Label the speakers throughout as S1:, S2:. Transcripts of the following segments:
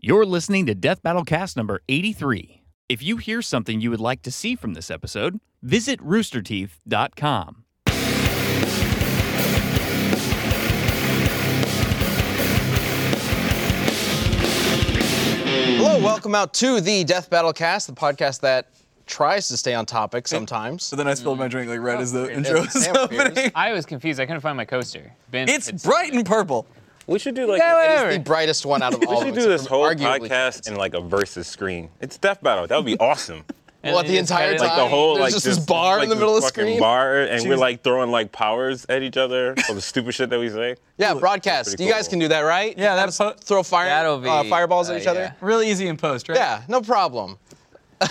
S1: You're listening to Death Battle Cast number 83. If you hear something you would like to see from this episode, visit roosterteeth.com.
S2: Hello, welcome out to the Death Battle Cast, the podcast that tries to stay on topic sometimes.
S3: So then I spilled my drink like red as the intro
S2: Damn,
S3: was
S2: damn,
S3: opening.
S2: Pierce.
S4: I was confused. I couldn't find my coaster. Ben,
S3: It's bright and purple.
S5: We should do like
S4: Yeah, whatever.
S2: The brightest one out of all.
S5: we
S2: of
S5: should
S2: us,
S5: do this whole
S2: arguably.
S5: podcast in like a versus screen. It's death battle. That would be awesome.
S4: And
S2: What
S4: then
S2: the
S4: it's
S2: entire
S4: kinda
S2: time?
S5: Like the whole
S2: There's
S5: like
S2: just this bar
S5: like
S2: in the middle of the
S5: fucking
S2: screen.
S5: bar, and we're
S3: Jeez.
S5: like throwing like powers at each other for the stupid shit that we say.
S2: Yeah, broadcast.
S5: Pretty
S2: You guys
S5: cool.
S2: can do that, right?
S3: Yeah,
S2: You
S3: that
S2: kinda
S3: po-
S2: throw fire
S4: That'll be,
S2: uh, fireballs
S4: uh,
S2: at each other.
S3: Really easy in post, right?
S2: Yeah, no problem. all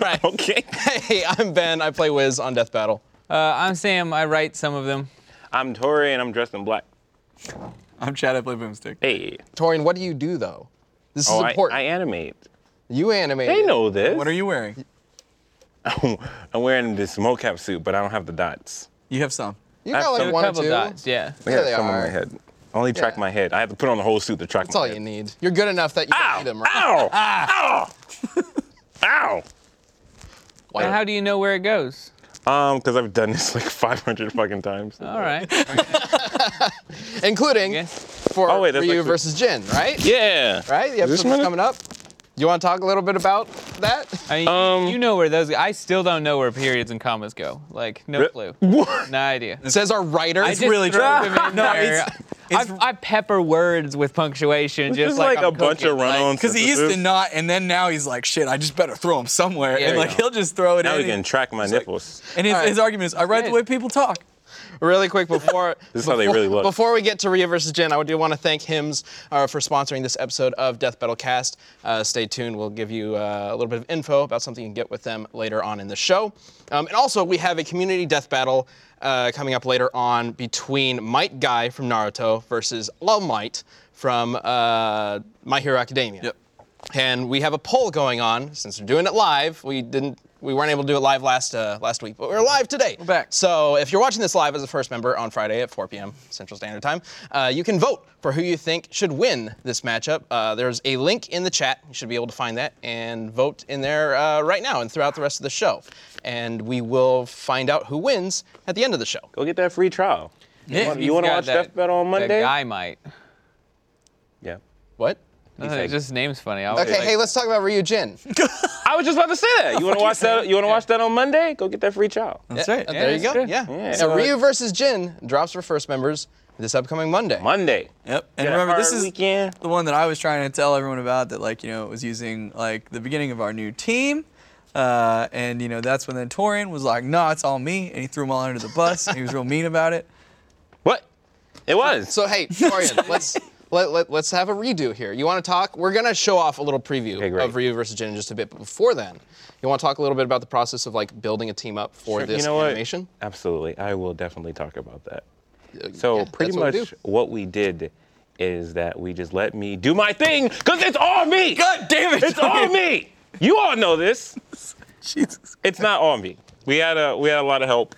S2: right.
S5: Okay.
S2: Hey, I'm Ben. I play Wiz on Death Battle.
S4: Uh, I'm Sam. I write some of them.
S5: I'm Tori and I'm dressed in black.
S3: I'm Chad. I play boomstick.
S5: Hey.
S2: Torian, what do you do though? This
S5: Oh,
S2: is
S5: I,
S2: important.
S5: I animate.
S2: you animate.
S5: They know this.
S3: What are you wearing?
S5: I'm wearing this mocap suit, but I don't have the dots.
S3: You have some.
S2: You
S5: I have
S2: got
S5: some-
S2: like one
S4: a
S2: or
S4: couple
S2: two.
S4: dots. Yeah.
S5: I
S2: Yeah,
S5: have
S2: they
S5: some
S2: are.
S5: on my head. I only track
S2: Yeah.
S5: my head. I have to put on the whole suit to track
S2: That's
S5: my
S2: all
S5: head.
S2: you need. You're good enough that you can
S5: Ow!
S2: see them, right? Ah!
S5: Ow! Ow! Ow!
S2: Why-
S4: And how do you know where it goes?
S5: Um, because I've done this like 500 fucking times.
S4: All right.
S2: Including
S4: Okay.
S2: for
S5: Oh, wait, that's
S2: Ryu
S5: actually-
S2: versus Jin, right?
S5: Yeah.
S2: Right? The
S5: Is this
S2: episode's
S5: minute?
S2: coming up. You want to talk a little bit about that?
S4: I mean,
S5: Um,
S4: you know where those. I still don't know where periods and commas go. Like no
S5: Re-
S4: clue.
S5: What?
S4: No idea.
S2: Says our writer.
S4: I just
S3: really
S4: throw
S3: true.
S4: them in
S3: No,
S4: there.
S3: it's- it's-
S4: I, I pepper words with punctuation,
S5: It's
S4: just, like,
S5: a
S4: I'm
S5: bunch
S4: cooking,
S5: of run on.
S4: like,
S3: Because he used to not, and then now he's like, shit, I just better throw him somewhere.
S4: Yeah,
S3: and
S4: yeah.
S3: like, he'll just throw it
S5: Now
S3: in.
S5: you can track my nipples.
S3: and his,
S2: All right.
S3: his argument is, I write the
S4: Yeah.
S3: way people talk.
S2: really quick before
S5: This is how they really look.
S2: before we get to Rhea versus Jen, I do want to thank Hims uh, for sponsoring this episode of Death Battle Cast. Uh, stay tuned; we'll give you uh, a little bit of info about something you can get with them later on in the show. Um, and also, we have a community death battle uh, coming up later on between Might Guy from Naruto versus All Might from uh, My Hero Academia.
S3: Yep.
S2: And we have a poll going on since we're doing it live. We didn't, we weren't able to do it live last uh, last week, but we're live today. We're
S3: back.
S2: So if you're watching this live as a first member on Friday at 4 p.m. Central Standard Time, uh, you can vote for who you think should win this matchup. Uh, there's a link in the chat. You should be able to find that and vote in there uh, right now and throughout the rest of the show. And we will find out who wins at the end of the show.
S5: Go get that free trial.
S4: Yeah,
S5: You
S4: he's
S5: wanna
S4: got
S5: watch
S4: that-
S5: Death Battle on
S4: that
S5: Monday?
S4: Guy might.
S5: Yeah.
S2: What?
S4: Uh,
S5: like-
S4: just name's funny. I was
S2: Okay,
S4: like-
S2: hey, let's talk about Ryu Jin.
S5: I was just about to say that. You want to watch that? You want to watch that on Monday? Go get that free trial.
S3: That's right.
S2: Uh, there you
S4: that's
S2: go.
S4: good.
S2: Yeah.
S5: Yeah.
S2: So
S5: So
S2: Ryu versus Jin drops for first members this upcoming Monday.
S5: Monday.
S3: Yep. And
S5: Got a
S3: remember, this
S5: hard
S3: is
S5: weekend.
S3: the one that I was trying to tell everyone about that, like, you know, it was using, like, the beginning of our new team. Uh, and, you know, that's when then Torian was like, nah, it's all me. And he threw them all under the bus. and he was real mean about it.
S5: What? It was.
S2: So hey, Dorian, let's let, let, let's have a redo here. You want to talk? We're gonna show off a little preview
S5: Okay, great.
S2: of Ryu versus Jin in just a bit, but before then, you want to talk a little bit about the process of like building a team up for
S5: Sure,
S2: this
S5: you know what?
S2: animation? Uh,
S5: Absolutely. I will definitely talk about that. So
S2: yeah,
S5: pretty
S2: that's what
S5: much
S2: we
S5: what
S2: do.
S5: we, did is that we just let me do my thing because it's all me.
S3: God damn it.
S5: It's all
S3: Torian.
S5: me. You all know this.
S3: Jesus.
S5: It's not all me. We had a we had a lot of help.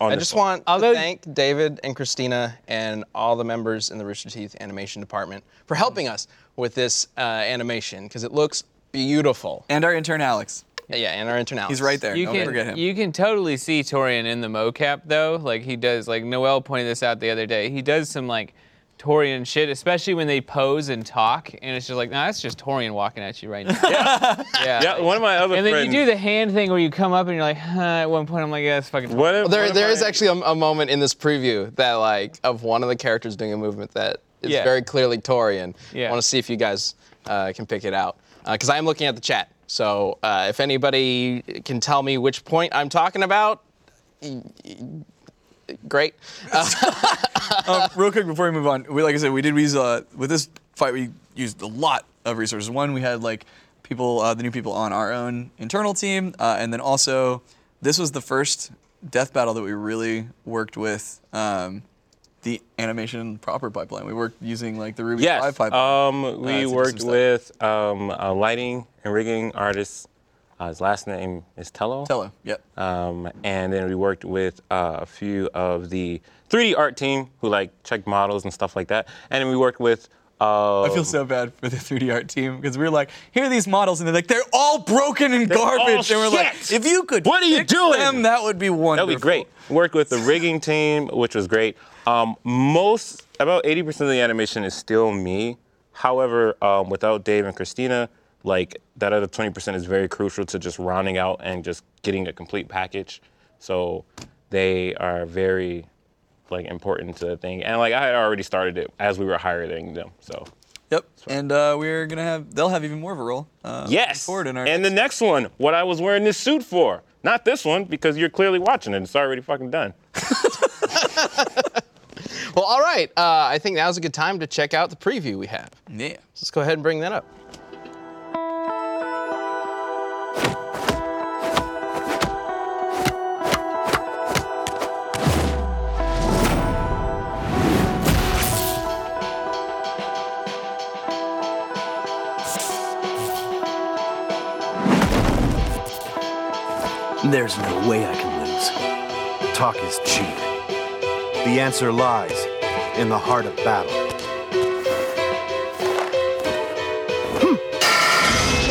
S5: On
S2: I
S5: this
S2: just
S5: one.
S2: want
S4: Although-
S2: to thank David and Christina and all the members in the Rooster Teeth animation department for helping us with this uh, animation because it looks beautiful.
S3: And our intern, Alex.
S2: yeah, and our internal.
S3: He's right there.
S4: You
S3: Don't
S4: can
S3: forget him.
S4: you can totally see Torian in the mocap though. Like he does. Like Noel pointed this out the other day. He does some like Torian shit, especially when they pose and talk, and it's just like, nah, that's just Torian walking at you right now. Yeah. yeah.
S5: Yeah, one of my other
S4: and then
S5: friends.
S4: you do the hand thing where you come up and you're like, huh, at one point I'm like, yeah, that's fucking. Torian.
S5: What if,
S2: There,
S5: what if
S2: there is
S5: I-
S2: actually a, a moment in this preview that like of one of the characters doing a movement that is
S4: Yeah.
S2: very clearly Torian. I
S4: Yeah.
S2: want to see if you guys uh, can pick it out because I am looking at the chat. So uh, if anybody can tell me which point I'm talking about, y- y- great.
S3: um, real quick before we move on, we like I said, we did we use uh, with this fight we used a lot of resources. One, we had like people, uh, the new people on our own internal team, uh, and then also this was the first death battle that we really worked with um, the animation proper pipeline. We worked using like the Ruby
S5: Yes.
S3: Five pipeline.
S5: Um,
S3: Uh,
S5: we
S3: it's
S5: worked
S3: some
S5: with um, a lighting and rigging artist. Uh, his last name is Tello.
S3: Tello, yep.
S5: Um, and then we worked with uh, a few of the 3D art team who like checked models and stuff like that. And then we worked with uh,
S3: I
S5: oh.
S3: feel so bad for the 3D art team because we were like, here are these models, and they're like, they're all broken and garbage.
S5: all
S3: and we're like,
S5: shit.
S3: if you could
S5: What are you
S3: fix
S5: doing?
S3: them, that would be wonderful.
S5: That'd be great. Worked with the rigging team, which was great. Um, most, about 80% of the animation is still me. However, um, without Dave and Christina, like that other 20% is very crucial to just rounding out and just getting a complete package. So they are very like important to the thing. And like I had already started it as we were hiring them. So
S3: Yep. And uh, we're gonna have they'll have even more of a role. Uh,
S5: yes.
S3: Forward in our
S5: and the next one, what I was wearing this suit for. Not this one, because you're clearly watching it. It's already fucking done.
S2: Well, all right. Uh, I think now's a good time to check out the preview we have.
S3: yeah.
S2: Let's go ahead and bring that up.
S6: There's no way I can lose. Talk is cheap. The answer lies in the heart of battle.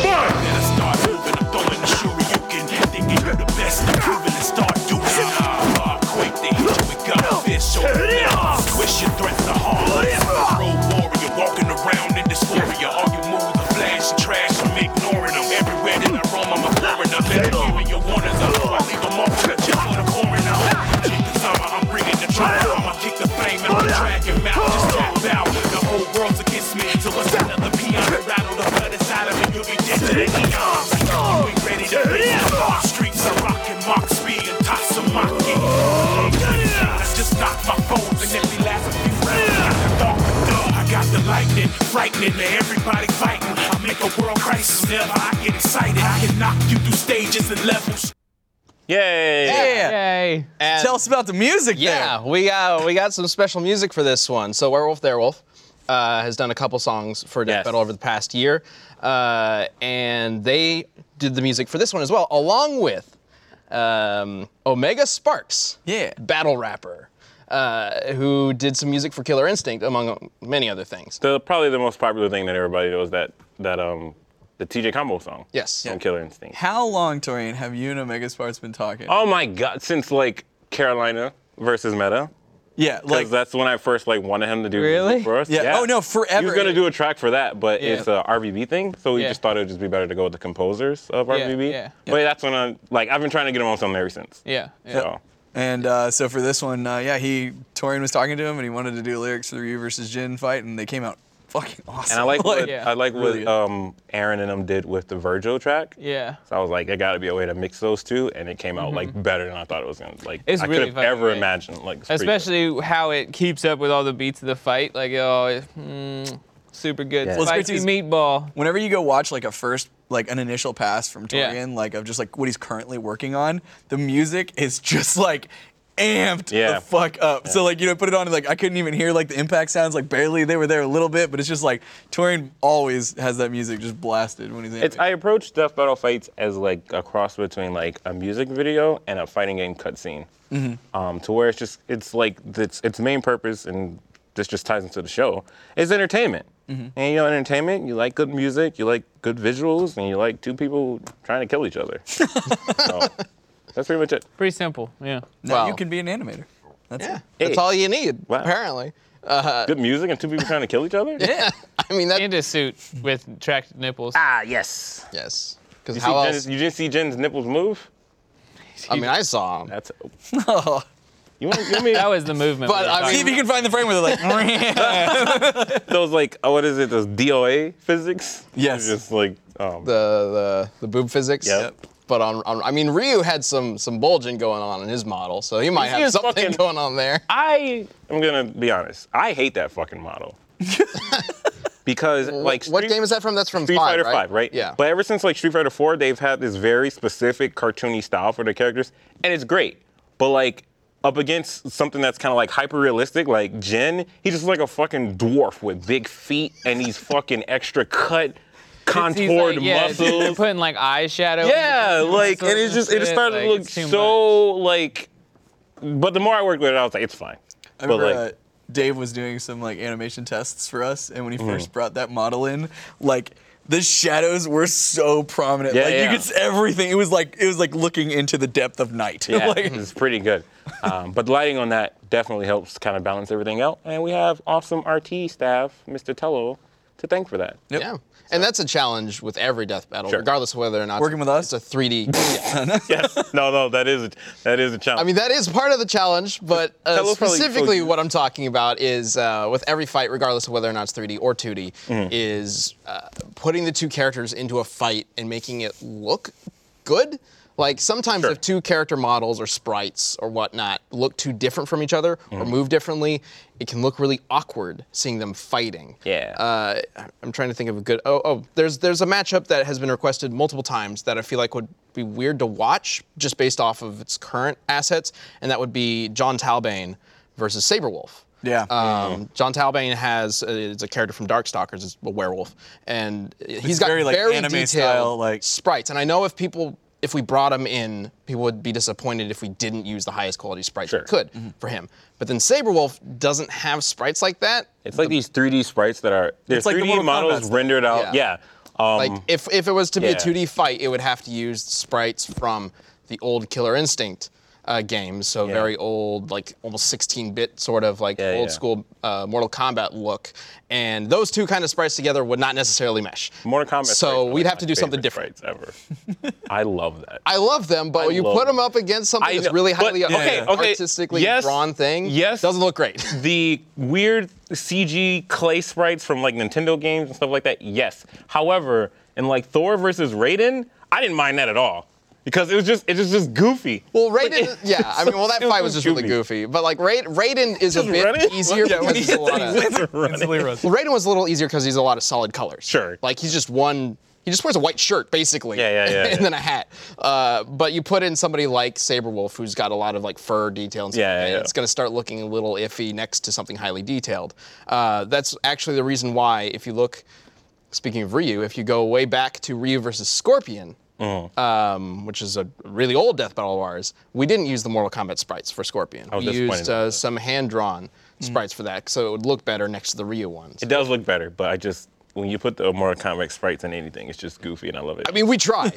S7: Better start moving. I'm throwing the shuriken. They give you the best. I'm proving and start doing. Ah, quake. They hit you with gunfish. Show them now. Wish your threats are harmless. Road warrior walking around in dysphoria. All your moves are flash and trash. I'm ignoring them. Everywhere that I roam, I'm a foreigner. Better hearing your warnings. I know I leave them off. Just for the coroner. Check this out. I'm bringing the trauma. I'ma kick the flame and I'm dragging him out. Just tap out. The whole world's against me. So it's another peon. Rattle the blood inside of me. You'll be dead to the eons. You ain't ready to face the dark streets. I'm rocking Mark Speed and Tatsumaki. I just knocked my foes and every last of you. Got the dark thug. I got the lightning, frightening to everybody fighting. I make a world crisis whenever I get excited. I can knock you through stages and levels.
S5: Yay!
S3: Yeah.
S4: Yay.
S2: And-
S3: Tell us about the music.
S2: Yeah, we got we got some special music for this one. So Werewolf There Wolf uh, has done a couple songs for Death
S5: Yes.
S2: Metal over the past year, uh, and they did the music for this one as well, along with um, Omega Sparks,
S3: Yeah.
S2: battle rapper, uh, who did some music for Killer Instinct among many other things.
S5: the probably the most popular thing that everybody knows that that um the TJ Combo song.
S2: Yes.
S5: From
S2: Yeah.
S5: Killer Instinct.
S3: How long, Torian, have you and Omega Sparks been talking?
S5: oh my god, since like Carolina versus Meta.
S3: yeah,
S5: Like
S3: like
S5: that's when I first like wanted him to do music
S4: Really?
S5: for us.
S3: Yeah. Oh, no, forever.
S5: He was gonna do a track for that, but
S4: Yeah.
S5: it's a RVB thing, so we
S4: Yeah.
S5: just thought it would just be better to go with the composers of RVB.
S4: yeah.
S5: But that's when I like I've been trying to get him on something ever since.
S4: Yeah. yeah.
S5: So
S3: And uh, so for this one, uh, yeah, he Torian was talking to him, and he wanted to do lyrics for the Ryu versus Jin fight, and they came out fucking awesome.
S5: and I like what
S4: Yeah.
S5: I like
S3: Really
S5: what
S3: good.
S5: um Aaron and them did with the Virgil track.
S4: Yeah.
S5: So I was like, there got to be a way to mix those two, and it came out like better than I thought it was gonna. Like
S4: Mm-hmm. It's
S5: I
S4: really
S5: could have
S4: fucking
S5: ever
S4: great.
S5: imagined. Like it's pretty good.
S4: Especially how it keeps up with all the beats of the fight. Like, oh, it- mm, super good. Yeah.
S5: Yeah. Well,
S3: it's great
S4: Spicy
S3: to-
S4: meatball.
S3: Whenever you go watch like a first, like an initial pass from
S4: Yeah.
S3: Torian, like of just like what he's currently working on, the music is just like amped
S5: Yeah.
S3: the fuck up. So like you know, put it on and like I couldn't even hear like the impact sounds like barely they were there a little bit, but it's just like Torian always has that music just blasted when he's.
S5: It's, I approach Death Battle Fights as like a cross between like a music video and a fighting game cutscene,
S4: Mm-hmm.
S5: um, to where it's just it's like its its main purpose and this just ties into the show is entertainment.
S4: Mm-hmm.
S5: And you know, in entertainment, you like good music, you like good visuals, and you like two people trying to kill each other. so, that's pretty much it.
S4: Pretty simple. Yeah.
S3: now you
S2: wow.
S3: can be an animator. That's
S2: Yeah,
S3: it.
S2: that's all you need
S5: Wow.
S2: apparently.
S4: Uh,
S5: Good music and two people trying to kill each other.
S3: Yeah.
S2: I mean that
S4: And a suit with tracked nipples.
S5: Ah, yes.
S2: yes, because
S5: You,
S2: how
S5: see
S2: else?
S5: Jen's, you didn't see Jen's nipples move.
S2: I mean, I saw him.
S5: That's. You want, you want me
S4: That was the movement. we
S2: But
S4: were
S2: I
S4: talking
S3: See if you can find the frame with it. Like
S5: those like oh, what is it? Those DOA physics.
S3: Yes.
S5: Just like um,
S2: uh, the the, the boob physics.
S5: Yep.
S2: But on, on, I mean, Ryu had some some bulging going on in his model, so he might
S5: He
S2: have
S5: is
S2: something
S5: fucking-
S2: going on there.
S5: I am gonna be honest. I hate that fucking model. because like
S2: what game is that from? That's from
S5: Street
S2: five,
S5: Fighter
S2: right?
S5: Five, right?
S2: Yeah.
S5: But ever since like Street Fighter Four, they've had this very specific cartoony style for their characters, and it's great. But like up against something that's kind of like hyper realistic, like Jin, he's just like a fucking dwarf with big feet and these fucking extra cut,
S4: about. He's like,
S5: contoured
S4: yeah, They're
S5: muscles.
S4: putting like eyeshadow.
S5: Yeah,
S4: in the-
S5: like, and it's just it
S4: Shit,
S5: started to
S4: like,
S5: look
S4: it's too
S5: so like. But the more I worked with it, I was like, it's fine.
S3: I
S5: but
S3: remember
S5: like,
S3: uh, Dave was doing some like animation tests for us, and
S5: Mm-hmm.
S3: when he first brought that model in, like the shadows were so prominent.
S5: Yeah,
S3: like
S5: yeah.
S3: you could see everything. It was like it was like looking into the depth of night.
S5: Yeah,
S3: like,
S5: it's pretty good. Um, but lighting on that definitely helps kind of balance everything out. And we have awesome RT staff, Mr. Tello, to thank for that.
S2: Yeah. And that's a challenge with every death battle,
S5: Sure.
S2: regardless of whether or not
S3: Working with us?
S2: it's a 3D. yeah.
S5: Yes. No, no, that is a, that is a challenge.
S2: I mean, that is part of the challenge, but uh,
S5: That looks probably-
S2: specifically what I'm talking about is uh, with every fight, regardless of whether or not it's 3D or 2D,
S5: Mm-hmm.
S2: is uh, putting the two characters into a fight and making it look good. Like sometimes
S5: Sure.
S2: if two character models or sprites or whatnot look too different from each other
S5: Mm-hmm.
S2: or move differently, it can look really awkward seeing them fighting.
S5: Yeah.
S2: Uh, I'm trying to think of a good. Oh, oh, there's there's a matchup that has been requested multiple times that I feel like would be weird to watch just based off of its current assets, and that would be John Talbane versus Saberwolf.
S3: Yeah.
S2: Um, John Talbane has uh, is a character from Darkstalkers, is a werewolf, and he's got
S3: very,
S2: very,
S3: like, anime
S2: detailed
S3: style, like-
S2: sprites. And I know if people if we brought him in, people would be disappointed if we didn't use the highest quality sprites
S5: Sure.
S2: we could
S3: Mm-hmm.
S2: for him. But then Saberwolf doesn't have sprites like that.
S5: It's like these 3D sprites that are there's
S3: It's like the
S5: 3D
S3: Mortal Kombat
S5: models
S3: stuff.
S5: rendered out.
S2: Yeah.
S5: Yeah. Um,
S2: Like if, if it was to be
S5: yeah.
S2: a 2D fight, it would have to use sprites from the old Killer Instinct uh, games, so very old, like almost 16-bit sort of like
S5: Yeah,
S2: old
S5: yeah.
S2: school uh, Mortal Kombat look. And those two kind of sprites together would not necessarily mesh.
S5: Mortal Kombat. sprites
S2: So
S5: are
S2: we'd
S5: like
S2: have to
S5: my
S2: do something
S5: favorite
S2: different.
S5: sprites ever. I love that.
S2: I love them, but
S5: I
S2: when you
S5: love
S2: put
S5: them.
S2: them up against
S5: I
S2: something that's
S5: know,
S2: really
S5: but-
S2: highly
S5: okay, okay,
S2: artistically
S5: yes,
S2: drawn thing,
S5: yes.
S2: doesn't look great.
S5: the weird CG clay sprites from like Nintendo games and stuff like that, yes. However, in like Thor versus Raiden, I didn't mind that at all because it was just it was just goofy.
S2: Well,
S5: Like,
S2: Raiden,
S5: it-
S2: yeah, I mean, well, that
S5: it
S2: fight was just really goofy, but like Ra- Raiden is a
S5: Just
S2: bit
S5: running?
S2: easier
S5: Yeah,
S2: because
S5: when he
S2: it's a lot of.
S3: instantly rose.
S2: Well, Raiden was a little easier because he's a lot of solid colors.
S5: Sure.
S2: Like he's just one. He just wears a white shirt basically.
S5: Yeah, yeah, yeah,
S2: and
S5: yeah.
S2: then a hat. Uh, but you put in somebody like Saberwolf, who's got a lot of like fur detail and stuff.
S5: Yeah, yeah,
S2: and
S5: yeah.
S2: It's going to start looking a little iffy next to something highly detailed. Uh, that's actually the reason why, if you look, speaking of Ryu, if you go way back to Ryu versus Scorpion.
S5: Mm-hmm.
S2: Um, which is a really old death battle of ours. We didn't use the Mortal Kombat sprites for Scorpion.
S5: was
S2: We
S5: disappointed
S2: used
S5: about
S2: uh,
S5: that.
S2: some hand-drawn sprites for that, so it would look better next to the Ryu ones.
S5: It does look better, but I just when you put the Mortal Kombat sprites in anything, it's just goofy and I love it.
S2: I mean, we tried.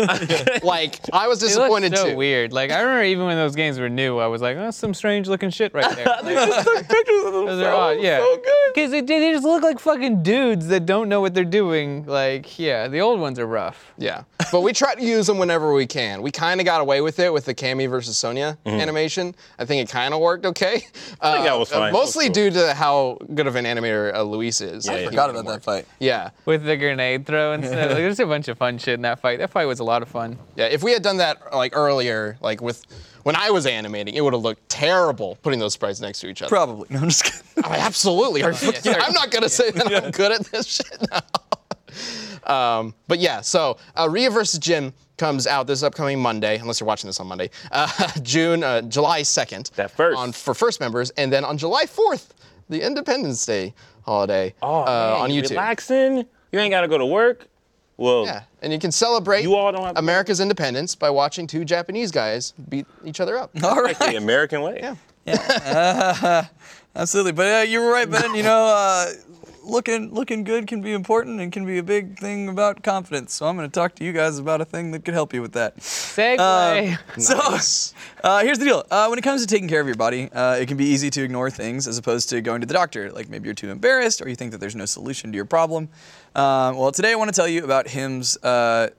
S2: like, I was
S4: It looks
S2: disappointed
S4: so
S2: too.
S4: weird. Like I remember even when those games were new, I was like, "Oh, some strange looking shit right there." Like,
S5: pictures of
S4: those are odd, yeah.
S5: so good.
S4: Because they, they just look like fucking dudes that don't know what they're doing. Like, yeah, the old ones are rough.
S2: Yeah, but we try to use them whenever we can. We kind of got away with it with the Cammy versus Sonya animation. I think it kind of worked okay. I
S5: Mm-hmm. that was fine. That was
S2: Mostly
S5: cool.
S2: due to how good of an animator uh, Luis is.
S5: yeah.
S3: Forgot about that fight.
S2: Yeah,
S4: With the grenade throw and stuff. Like, there's a bunch of fun shit in that fight. That fight was a lot of fun.
S2: yeah. If we had done that like earlier, like with when I was animating, it would have looked terrible putting those sprites next to each other.
S3: Probably. No, I'm just kidding.
S2: I mean, absolutely. Are you- I'm not gonna say that I'm good at this shit now. Um, but yeah, so uh, Rhea versus Jin comes out this upcoming Monday, unless you're watching this on Monday, uh, June, uh, July 2nd.
S5: That first.
S2: On, for first members, and then on July 4th, the Independence Day holiday
S5: Oh,
S2: uh,
S5: man,
S2: on
S5: you
S2: YouTube.
S5: Relaxing. You ain't gotta go to work. Well,
S2: Yeah, and you can celebrate
S5: You all don't have to-
S2: America's independence by watching two Japanese guys beat each other up.
S3: All right.
S5: the American way.
S2: Yeah.
S3: Absolutely, but uh, you were right, Ben. You know, uh, looking looking good can be important and can be a big thing about confidence. So I'm going to talk to you guys about a thing that could help you with that.
S4: Segway.
S3: Um, So uh, here's the deal. Uh, when it comes to taking care of your body, uh, it can be easy to ignore things as opposed to going to the doctor. Like maybe you're too embarrassed or you think that there's no solution to your problem. Uh, well, today I want to tell you about Hims, uh,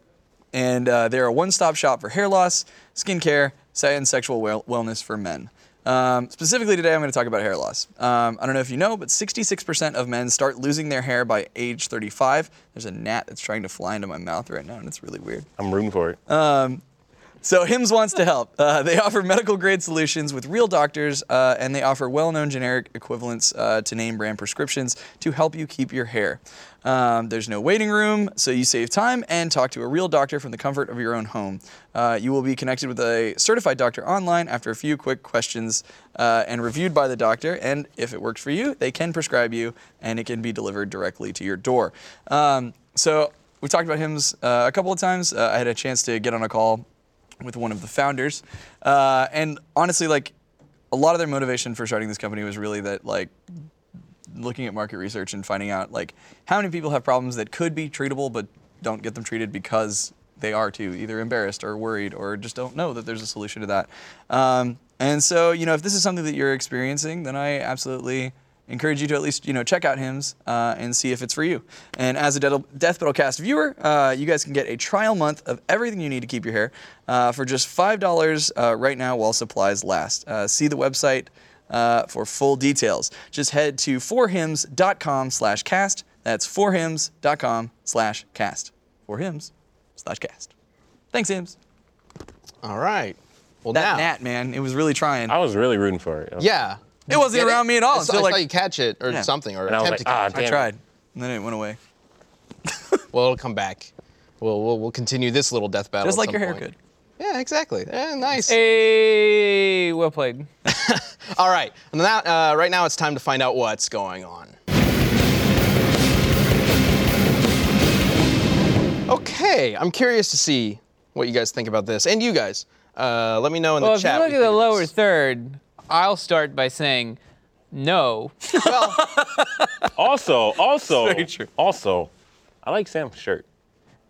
S3: and uh, they're a one-stop shop for hair loss, skincare, se- and sexual well- wellness for men. Um, specifically today, I'm going to talk about hair loss. Um, I don't know if you know, but 66% of men start losing their hair by age 35. There's a gnat that's trying to fly into my mouth right now, and it's really weird.
S5: I'm rooting for it.
S3: So Hims wants to help. Uh, they offer medical grade solutions with real doctors, uh, and they offer well-known generic equivalents uh, to name brand prescriptions to help you keep your hair. Um, there's no waiting room, so you save time and talk to a real doctor from the comfort of your own home. Uh, you will be connected with a certified doctor online after a few quick questions uh, and reviewed by the doctor. And if it works for you, they can prescribe you, and it can be delivered directly to your door. Um, so. We talked about Hims uh, a couple of times. Uh, I had a chance to get on a call with one of the founders. Uh, and honestly, like a lot of their motivation for starting this company was really that like looking at market research and finding out like how many people have problems that could be treatable but don't get them treated because they are too either embarrassed or worried or just don't know that there's a solution to that. Um, and so you know if this is something that you're experiencing, then I absolutely encourage you to at least you know check out hymns uh, and see if it's for you. And as a Dead- Death Metal Cast viewer, uh, you guys can get a trial month of everything you need to keep your hair uh, for just five dollars uh, right now while supplies last. Uh, see the website uh, for full details. Just head to forhims.com slash cast. That's forhims.com slash cast. Forhims slash cast. Thanks, Hims.
S2: All right. Well,
S3: That
S2: now,
S3: gnat, man, it was really trying.
S5: I was really rooting for it.
S2: yeah,
S3: It wasn't
S2: Get it?
S3: around me at all
S2: I saw,
S3: until,
S2: I saw
S3: like-
S2: you catch it or
S3: Yeah.
S2: something or
S5: And I was
S2: attempt
S5: like,
S2: to
S5: ah,
S2: catch
S5: damn.
S3: I
S5: it."
S3: tried, and then it went away.
S2: it. Well, it'll come back. We'll we'll, we'll continue this little death battle.
S3: Just
S2: at
S3: like
S2: some
S3: your
S2: point.
S3: haircut.
S2: Yeah, exactly. Eh, nice.
S4: Hey, well played.
S2: All right. And now, uh, right now, it's time to find out what's going on. Okay, I'm curious to see what you guys think about this, and you guys. Uh, let me know in
S4: Well,
S2: the
S4: if you
S2: chat.
S4: look
S2: what
S4: at the
S2: think of
S4: lower
S2: this.
S4: third, I'll start by saying no.
S5: Also, also, also, I like Sam's shirt.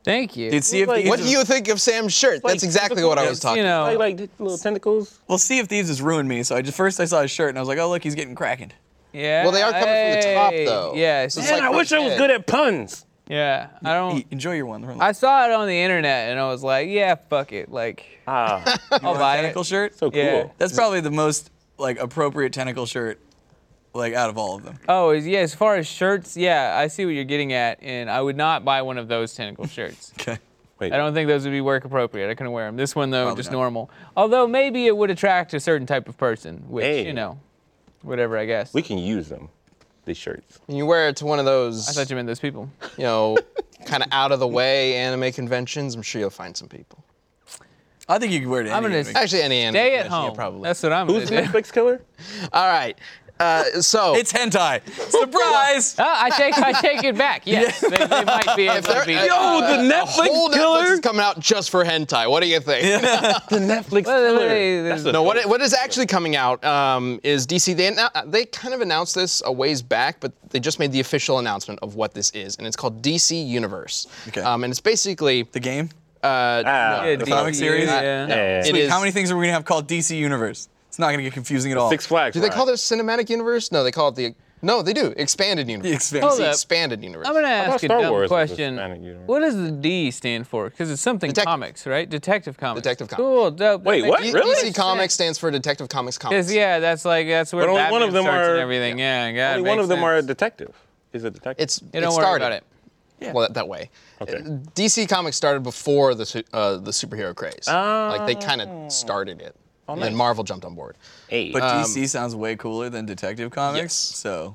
S4: Thank you.
S3: Dude, see if
S5: Like,
S3: these
S2: What
S3: are-
S2: do you think of Sam's shirt? That's exactly what I was
S4: It's,
S2: talking.
S4: you know,
S5: Like, like the little tentacles.
S3: Well, Sea of Thieves has ruined me. So I just first I saw his shirt and I was like, oh look, he's getting cracking.
S4: yeah.
S2: Well, they are coming from the top,
S4: hey,
S2: though.
S4: Yeah.
S2: So it's
S4: yeah,
S5: Man,
S2: like
S5: I wish I was
S2: crocheted.
S5: good at puns.
S4: yeah. I don't.
S3: Eat, enjoy your one. They're
S4: Oh. I
S3: Like,
S4: saw it on the internet and I was like, yeah, fuck it. Like,
S5: Ah,
S4: I'll buy
S3: tentacle
S4: it.
S3: shirt.
S5: so cool.
S4: Yeah.
S3: That's probably the most like appropriate tentacle shirt, like out of all of them.
S4: Oh, is- yeah. As far as shirts, yeah, I see what you're getting at, and I would not buy one of those tentacle shirts.
S3: Okay.
S5: Wait,
S4: I don't think those would be work appropriate. I couldn't wear them. This one though,
S3: Probably
S4: just
S3: not.
S4: normal. Although maybe it would attract a certain type of person, which
S5: Hey.
S4: you know, whatever. I guess.
S5: we can use them, these shirts.
S2: You wear it to one of
S4: I
S2: those,
S4: thought
S2: you
S4: you meant those people.
S2: know, kind of out of the way anime conventions. I'm sure you'll find some people.
S3: I think you could wear it. To
S4: I'm
S3: any
S4: gonna
S3: anime.
S2: Actually, any anime
S4: Stay at
S2: convention, you'll
S4: home.
S2: probably.
S4: That's what I'm
S5: Who's the
S4: gonna do.
S5: Netflix killer?
S2: All right. Uh, so
S3: It's hentai. Surprise!
S4: Ah, I take I take it back. Yes, they, they might be able to
S2: they're-
S4: be.
S2: Yo,
S5: the Netflix
S2: whole Netflix is coming out just for hentai. What do you think?
S5: The Netflix
S4: Well,
S5: killer.
S4: they- they-
S5: That's a
S2: No, what, what is actually coming out um, is DC. They annou- they kind of announced this a ways back, but they just made the official announcement of what this is, and it's called DC Universe.
S3: Okay.
S2: Um, and it's basically
S3: The game.
S5: Ah,
S4: Yeah,
S5: the
S4: D-
S3: comic series?
S4: Yeah.
S5: Yeah.
S2: it
S3: Wait,
S2: is.
S3: how many things are we gonna have called DC Universe? It's not gonna get confusing at all.
S5: Six Flags.
S2: do they call
S5: ride.
S2: this cinematic universe? No, they call it the. No, they do expanded universe.
S3: Expand-
S2: It's
S4: Hold
S2: the
S4: up.
S2: expanded universe.
S4: I'm gonna
S5: thought
S4: ask a
S5: Star
S4: dumb
S5: Wars was
S4: question.
S5: Hispanic, you know.
S4: What does the D stand for? Because it's something
S2: Detective.
S4: comics, right? Detective comics.
S2: Detective comics.
S4: Cool, dope. that
S5: Wait,
S4: makes
S5: what?
S2: D-
S4: sense.
S5: Really? E
S2: DC Comics stands for Detective Comics Comics.
S4: 'Cause, yeah, that's like that's where
S5: But only
S4: Batman
S5: one of them
S4: starts and
S5: are-
S4: everything. Yeah, yeah.
S5: Only one of them are a detective. Is a detective.
S2: It's
S4: You
S2: it
S4: don't worry
S2: started.
S4: about it.
S2: Well, that, that way.
S5: Okay.
S2: DC Comics started before the su- uh, the superhero craze. like they kind of started it, and then Marvel jumped on board.
S5: eight.
S3: But
S2: um,
S3: DC sounds way cooler than Detective Comics. So,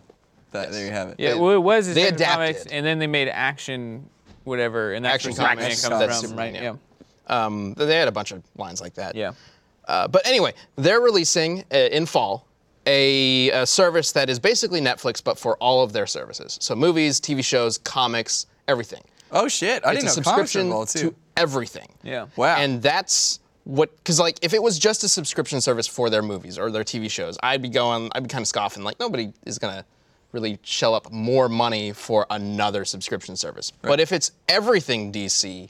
S3: that there you have it.
S4: Yeah,
S2: They-
S4: well, it was
S2: they
S4: Detective comics,
S2: adapted.
S4: and then they made action, whatever, and that's
S2: Action
S4: where Superman
S2: Comics,
S4: comes
S2: that's
S4: from,
S2: Superman,
S4: right?
S2: yeah. Um, they had a bunch of lines like that.
S4: Yeah.
S2: Uh, but anyway, they're releasing uh, in fall a, a service that is basically Netflix, but for all of their services. So movies, TV shows, comics, everything.
S3: Oh shit! I
S2: It's a
S3: didn't know comics were
S2: subscription
S3: involved too.
S2: to everything.
S4: Yeah. Yeah.
S3: Wow.
S2: And that's what, because like if it was just a subscription service for their movies or their TV shows, I'd be going, I'd be kind of scoffing, like nobody is gonna really shell up more money for another subscription service. But if it's everything DC,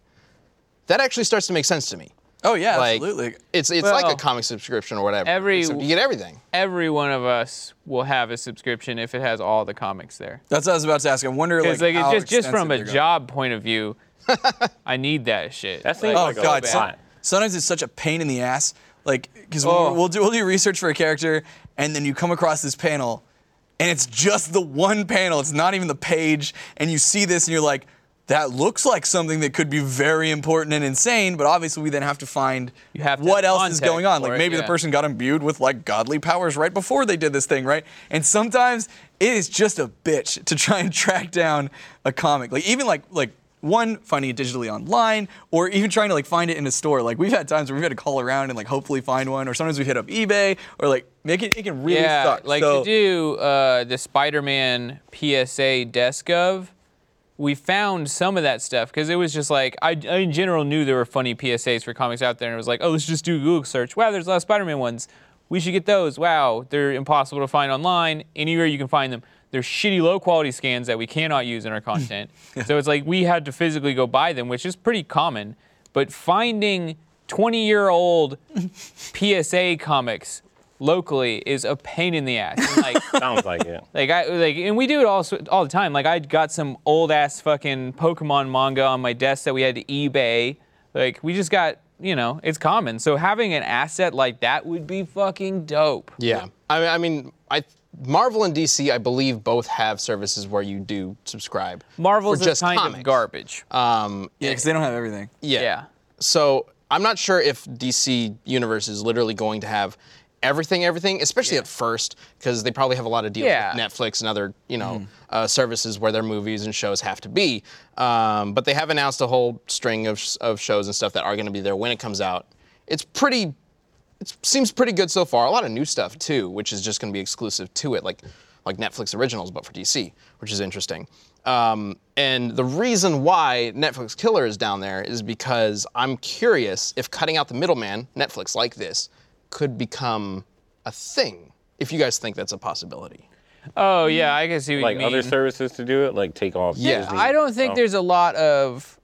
S2: that actually starts to make sense to me.
S3: oh yeah,
S2: Like,
S3: absolutely.
S2: It's it's like
S4: Well,
S2: a comic subscription or whatever.
S4: every-
S2: Except you get everything.
S4: Every one of us will have a subscription if it has all the comics there.
S3: That's what I was about to ask. I wonder like,
S4: Because like,
S3: how
S4: it's just just
S3: extensive
S4: from
S3: they're
S4: a
S3: going.
S4: job point of view, I need that shit.
S5: that seems
S3: Oh
S5: like
S3: god,
S5: a
S3: some-
S5: lot.
S3: sometimes it's such a pain in the ass. Like, because
S4: Oh.
S3: we'll do we'll do research for a character, and then you come across this panel, and it's just the one panel. It's not even the page, and you see this, and you're like, that looks like something that could be very important and insane. But obviously, we then have to find
S4: You have to
S3: what
S4: have
S3: else is
S4: context
S3: going on. Like
S4: for it,
S3: maybe the
S4: yeah.
S3: person got imbued with like godly powers right before they did this thing, right? And sometimes it is just a bitch to try and track down a comic. Like even like like one finding it digitally online or even trying to like find it in a store. Like we've had times where we've had to call around and like hopefully find one or sometimes we hit up eBay or like make it it can really
S4: yeah,
S3: suck.
S4: like
S3: so,
S4: to do uh, the Spider-Man PSA desk of. We found some of that stuff because it was just like I, I in general knew there were funny PSAs for comics out there, and it was like, oh, let's just do a Google search. Wow, there's a lot of Spider-Man ones. We should get those. Wow, they're impossible to find online. Anywhere you can find them. They're shitty low quality scans that we cannot use in our content. So it's like we had to physically go buy them, which is pretty common. But finding 20 year old PSA comics locally is a pain in the ass. And, Like,
S5: Sounds like it.
S4: Like I like, and we do it all all the time. Like I got some old ass fucking Pokemon manga on my desk that we had to eBay. Like we just got, you know, it's common. So having an asset like that would be fucking dope.
S2: Yeah, I mean, I mean, I Marvel and DC, I believe, both have services where you do subscribe.
S4: Marvel's
S2: for
S4: is
S2: just
S4: kind
S2: comics.
S4: of garbage.
S2: Um,
S3: Yeah, because they don't have everything.
S2: yeah.
S4: Yeah.
S2: So I'm not sure if DC Universe is literally going to have everything, everything, especially at first, because they probably have a lot of deals
S4: Yeah.
S2: with Netflix and other, you know, uh, services where their movies and shows have to be. Um, but they have announced a whole string of, sh- of shows and stuff that are going to be there when it comes out. It's pretty seems pretty good so far. A lot of new stuff too, which is just going to be exclusive to it, like like Netflix originals, but for DC, which is interesting. Um, and the reason why Netflix Killer is down there is because I'm curious if cutting out the middleman, Netflix like this, could become a thing. If you guys think that's a possibility,
S4: Oh yeah, I can see what
S5: Like
S4: you mean.
S5: other services to do it, like take off.
S2: Yeah,
S5: Disney.
S4: I don't think
S5: Oh.
S4: there's a lot of.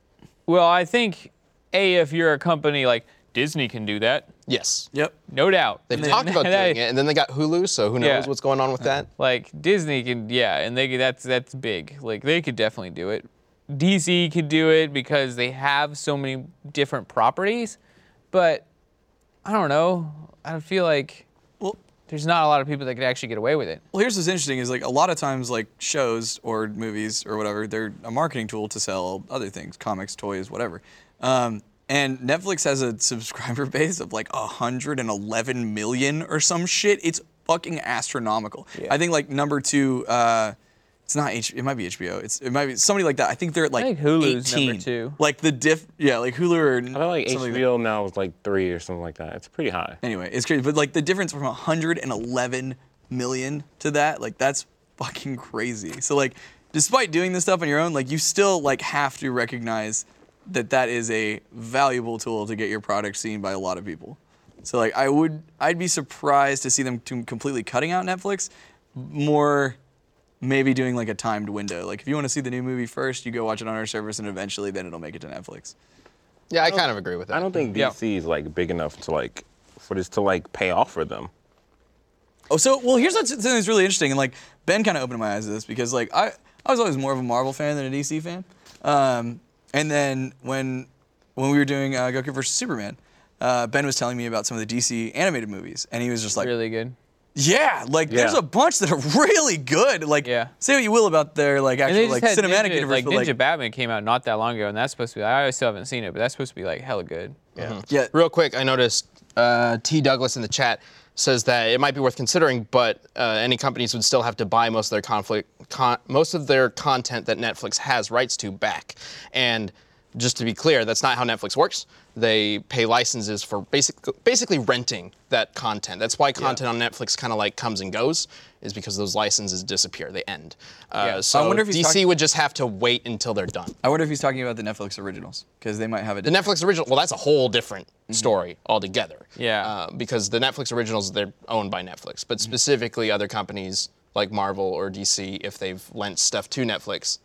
S4: Well, I think a if you're a company like Disney can do that,
S2: yes,
S3: Yep.
S4: no doubt.
S2: they've talked about
S4: They-
S2: doing it, and then they got Hulu, so who knows
S4: Yeah.
S2: what's going on with that?
S4: Like Disney can, yeah, and they could- that's that's big. Like they could definitely do it. DC could do it because they have so many different properties, but I don't know. I don't feel like
S3: Well,
S4: there's not a lot of people that could actually get away with it.
S3: well, here's what's interesting is like a lot of times like shows or movies or whatever, they're a marketing tool to sell other things, comics, toys, whatever. Um, and Netflix has a subscriber base of like 111 million or some shit. It's fucking astronomical. I think like number two. Uh, it's not H. It might be HBO. It's it might be somebody like that. I think they're at like
S4: think Hulu's number
S3: 18.
S4: two.
S3: Like the diff. Yeah, like Hulu or
S5: I feel like
S3: something that.
S5: HBO now is like three or something like that. It's pretty high.
S3: Anyway, it's crazy. But like the difference from 111 million to that, like that's fucking crazy. So like, despite doing this stuff on your own, like you still like have to recognize that that is a valuable tool to get your product seen by a lot of people. So like, I would, I'd be surprised to see them to completely cutting out Netflix. More, maybe doing like a timed window. Like if you want to see the new movie first, you go watch it on our service, and eventually then it'll make it to Netflix.
S2: Yeah, I, kind of agree with that.
S5: I don't think
S4: Yeah.
S5: DC is like big enough to like for this to like pay off for them.
S3: Oh, so well, here's what's- something that's really interesting, and like Ben kind of opened my eyes to this because like I I was always more of a Marvel fan than a DC fan, um, and then when when we were doing uh, Goku versus Superman, uh, Ben was telling me about some of the DC animated movies, and he was just like,
S4: Really good.
S3: yeah, like there's
S5: Yeah.
S3: a bunch that are really good. Like,
S4: Yeah.
S3: say what you will about their like
S4: And they
S3: actual like
S4: just had
S3: cinematic
S4: Ninja,
S3: universe,
S4: like
S3: but
S4: Ninja
S3: like
S4: Batman came out not that long ago, and that's supposed to be. I still haven't seen it, but that's supposed to be like hella good.
S2: Yeah.
S3: Yeah.
S2: Real quick, I noticed uh, T. Douglas in the chat says that it might be worth considering, but uh, any companies would still have to buy most of their conflict, con- most of their content that Netflix has rights to back. And just to be clear, that's not how Netflix works. They pay licenses for basic, basically renting that content. That's why content on Netflix kind of like comes and goes, is because those licenses disappear. They end. Uh,
S4: Yeah. I
S2: So
S3: wonder if he's
S2: DC
S3: talking-
S2: would just have to wait until they're done.
S3: I wonder if he's talking about the Netflix originals because they might have a
S2: The Netflix original, well, that's a whole different
S3: Mm-hmm.
S2: story altogether.
S4: Yeah.
S2: Uh, because the Netflix originals, they're owned by Netflix, but
S3: Mm-hmm.
S2: specifically other companies like Marvel or DC, if they've lent stuff to Netflix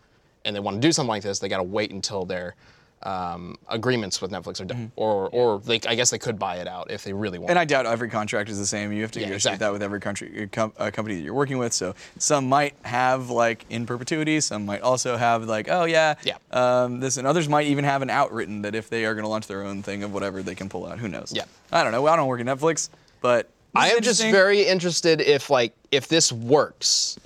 S2: and they want to do something like this, they got to wait until their um, agreements with Netflix are done. Or, or they, I guess they could buy it out if they really want.
S3: Mm-hmm. And I doubt every contract is the same. You have to
S2: Yeah,
S3: negotiate
S2: exactly.
S3: that with every country, com- uh, company that you're working with. So some might have like in perpetuity. Some might also have like, oh yeah,
S2: Yeah.
S3: Um, this and others might even have an out written that if they are going to launch their own thing of whatever they can pull out. Who knows?
S2: Yeah.
S3: I don't know. I don't work at Netflix, but
S2: I
S3: this is
S2: am just
S3: interesting.
S2: very interested if like if this works,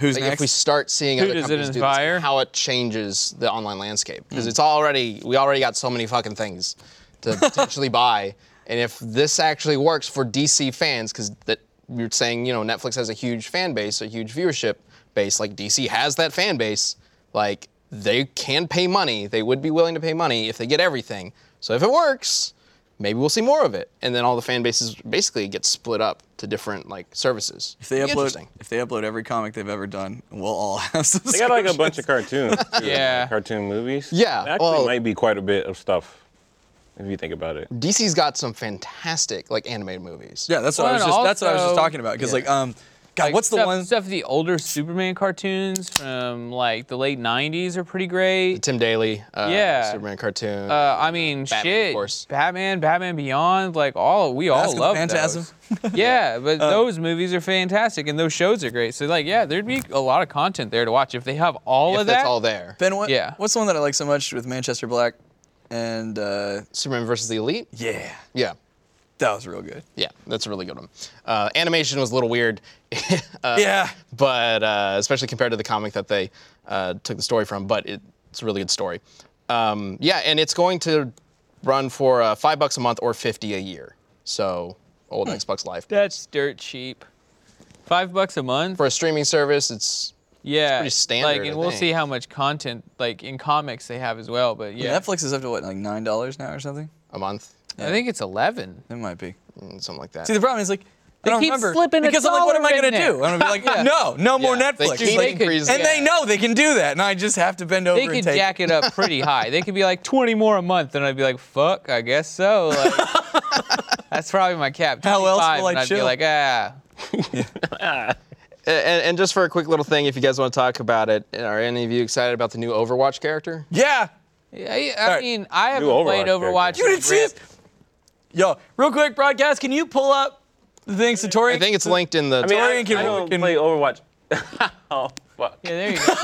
S3: who's
S2: like
S3: next?
S2: if we start seeing
S4: Who
S2: other
S4: does it
S2: companies do this,
S4: inspire? Hmm.
S2: how it changes the online landscape because it's already we already got so many fucking things to potentially buy, and if this actually works for DC fans, because that you're saying you know Netflix has a huge fan base, a huge viewership base, like DC has that fan base, like they can pay money, they would be willing to pay money if they get everything. So if it works. Maybe we'll see more of it, and then all the fan bases basically get split up to different like services.
S3: if they
S2: Be
S3: upload
S2: interesting.
S3: if they upload every comic they've ever done, we'll all have some.
S5: They got like a bunch of cartoons. too,
S4: Yeah.
S5: like cartoon movies.
S2: Yeah,
S5: That actually
S2: well-
S5: might be quite a bit of stuff if you think about it.
S2: DC's got some fantastic like animated movies.
S3: Yeah, that's what I
S4: Well,
S3: was
S4: and
S3: just. that's what I was just
S4: also-
S3: talking about. Because like, um, God,
S4: Like,
S3: what's the
S4: stuff,
S3: one?
S4: Stuff the older Superman cartoons from like the late '90s are pretty great.
S2: Tim Daly, uh,
S4: Yeah.
S2: Superman cartoon.
S4: Uh, I mean,
S2: Batman, of
S4: shit,
S2: course.
S4: Batman, Batman Beyond, like all we all
S3: Mask of
S4: love
S3: Phantasm. Uh,
S4: those. yeah, but those movies are fantastic and those shows are great. So like, yeah, there'd be a lot of content there to watch if they have all
S2: if
S4: of that.
S2: that's all there.
S3: Ben, what,
S4: Yeah.
S3: what's the one that I like so much with Manchester Black? And uh,
S2: Superman versus the Elite.
S3: yeah,
S2: Yeah.
S3: that was real good.
S2: Yeah, that's a really good one. Uh, animation was a little weird, uh,
S3: yeah,
S2: but uh, especially compared to the comic that they uh, took the story from. But it, it's a really good story. Um, yeah, and it's going to run for uh, five bucks a month or fifty a year. So old
S3: Hmm.
S2: Xbox Live
S4: That's dirt cheap. Five bucks a month.
S2: for a streaming service. It's
S4: yeah,
S2: pretty standard,
S4: Like, and
S2: I
S4: we'll
S2: think.
S4: see how much content like in comics they have as well. But yeah,
S3: Netflix is up to what, like nine dollars now or something?
S2: a month,
S4: I think it's eleven.
S3: It might be.
S2: mm, something like that.
S3: See, the problem is like. I don't
S4: keep
S3: remember
S4: slipping a
S3: because I'm like, what am I
S4: dollar
S3: gonna
S4: in
S3: do?
S4: there.
S3: I'm gonna be like, no, no more
S2: Yeah,
S3: Netflix.
S2: They keep
S3: Like,
S4: They could-
S2: increasing.
S3: and
S2: it.
S3: they know they can do that, and I just have to bend over
S4: They
S3: and
S4: could
S3: take.
S4: jack it up pretty high. They could be like 20 more a month, and I'd be like, fuck, I guess so. Like, that's probably my cap.
S3: How else
S4: 25,
S3: will I
S4: and I'd be
S3: chill?
S4: like, ah.
S2: and, and just for a quick little thing, if you guys want to talk about it, uh, are any of you excited about the new Overwatch character?
S3: yeah,
S4: I, I
S3: right.
S4: mean, I haven't
S5: Overwatch
S4: played
S5: character.
S4: Overwatch.
S3: you didn't see it. Yo, real quick, broadcast. Can you pull up the thing, Satori?
S2: I think it's linked in the.
S3: Torian
S5: I,
S3: can-
S5: I don't
S3: can-
S5: play Overwatch. oh, fuck.
S4: Yeah, there you go.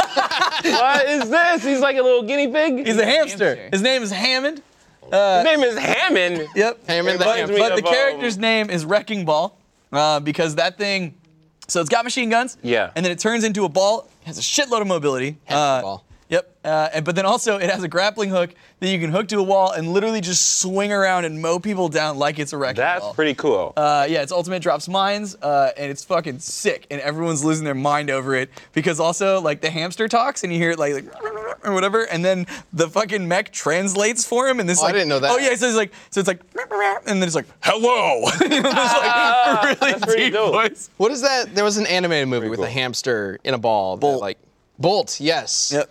S5: What is this? He's like a little guinea pig.
S3: He's a hamster.
S4: Hamster.
S3: His name is Hammond. Uh,
S5: His name is Hammond.
S3: Yep.
S2: Hammond the
S3: but,
S2: hamster.
S3: but the
S5: Of, um,
S3: character's name is Wrecking Ball uh, because that thing. So it's got machine guns.
S5: Yeah.
S3: And then it turns into a ball. It has a shitload of mobility.
S2: Hamster
S3: Uh,
S2: ball.
S3: Yep. Uh, and, but then also it has a grappling hook that you can hook to a wall and literally just swing around and mow people down like it's a wrecking
S5: That's
S3: ball.
S5: pretty cool.
S3: Uh, yeah, it's Ultimate Drops Mines, uh, and it's fucking sick, and everyone's losing their mind over it because also like the hamster talks, and you hear it like, like or whatever, and then the fucking mech translates for him, and this
S2: Oh, I
S3: like
S2: didn't know that.
S3: oh yeah, so it's like so it's like and then it's like hello, and it's
S4: Ah,
S3: like really
S5: pretty
S3: deep
S5: dope.
S3: voice.
S2: What is that? There was an animated movie with a hamster in a ball. that,
S3: Bolt.
S2: Like Bolt. Yes.
S3: Yep.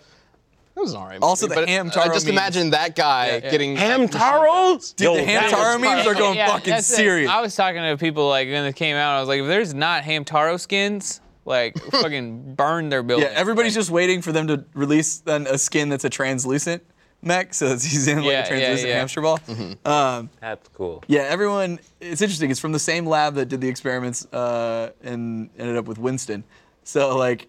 S2: That was an alright.
S3: Also
S2: movie,
S3: the
S2: but
S3: Hamtaro
S2: I just
S3: memes.
S2: imagine that guy getting.
S5: Hamtaro?
S3: Dude, the Hamtaro memes are going
S4: Yeah,
S3: fucking
S4: that's it.
S3: serious.
S4: I was talking to people like when it came out, I was like, if there's not Hamtaro skins, like fucking burn their building.
S3: yeah, everybody's just waiting for them to release an, a skin that's a translucent mech, so it's he's in like
S4: Yeah,
S3: a
S4: yeah,
S3: translucent
S4: yeah. Mm-hmm.
S3: hamster ball. Um,
S5: That's cool.
S3: Yeah, everyone. It's interesting. It's from the same lab that did the experiments uh, and ended up with Winston. So like,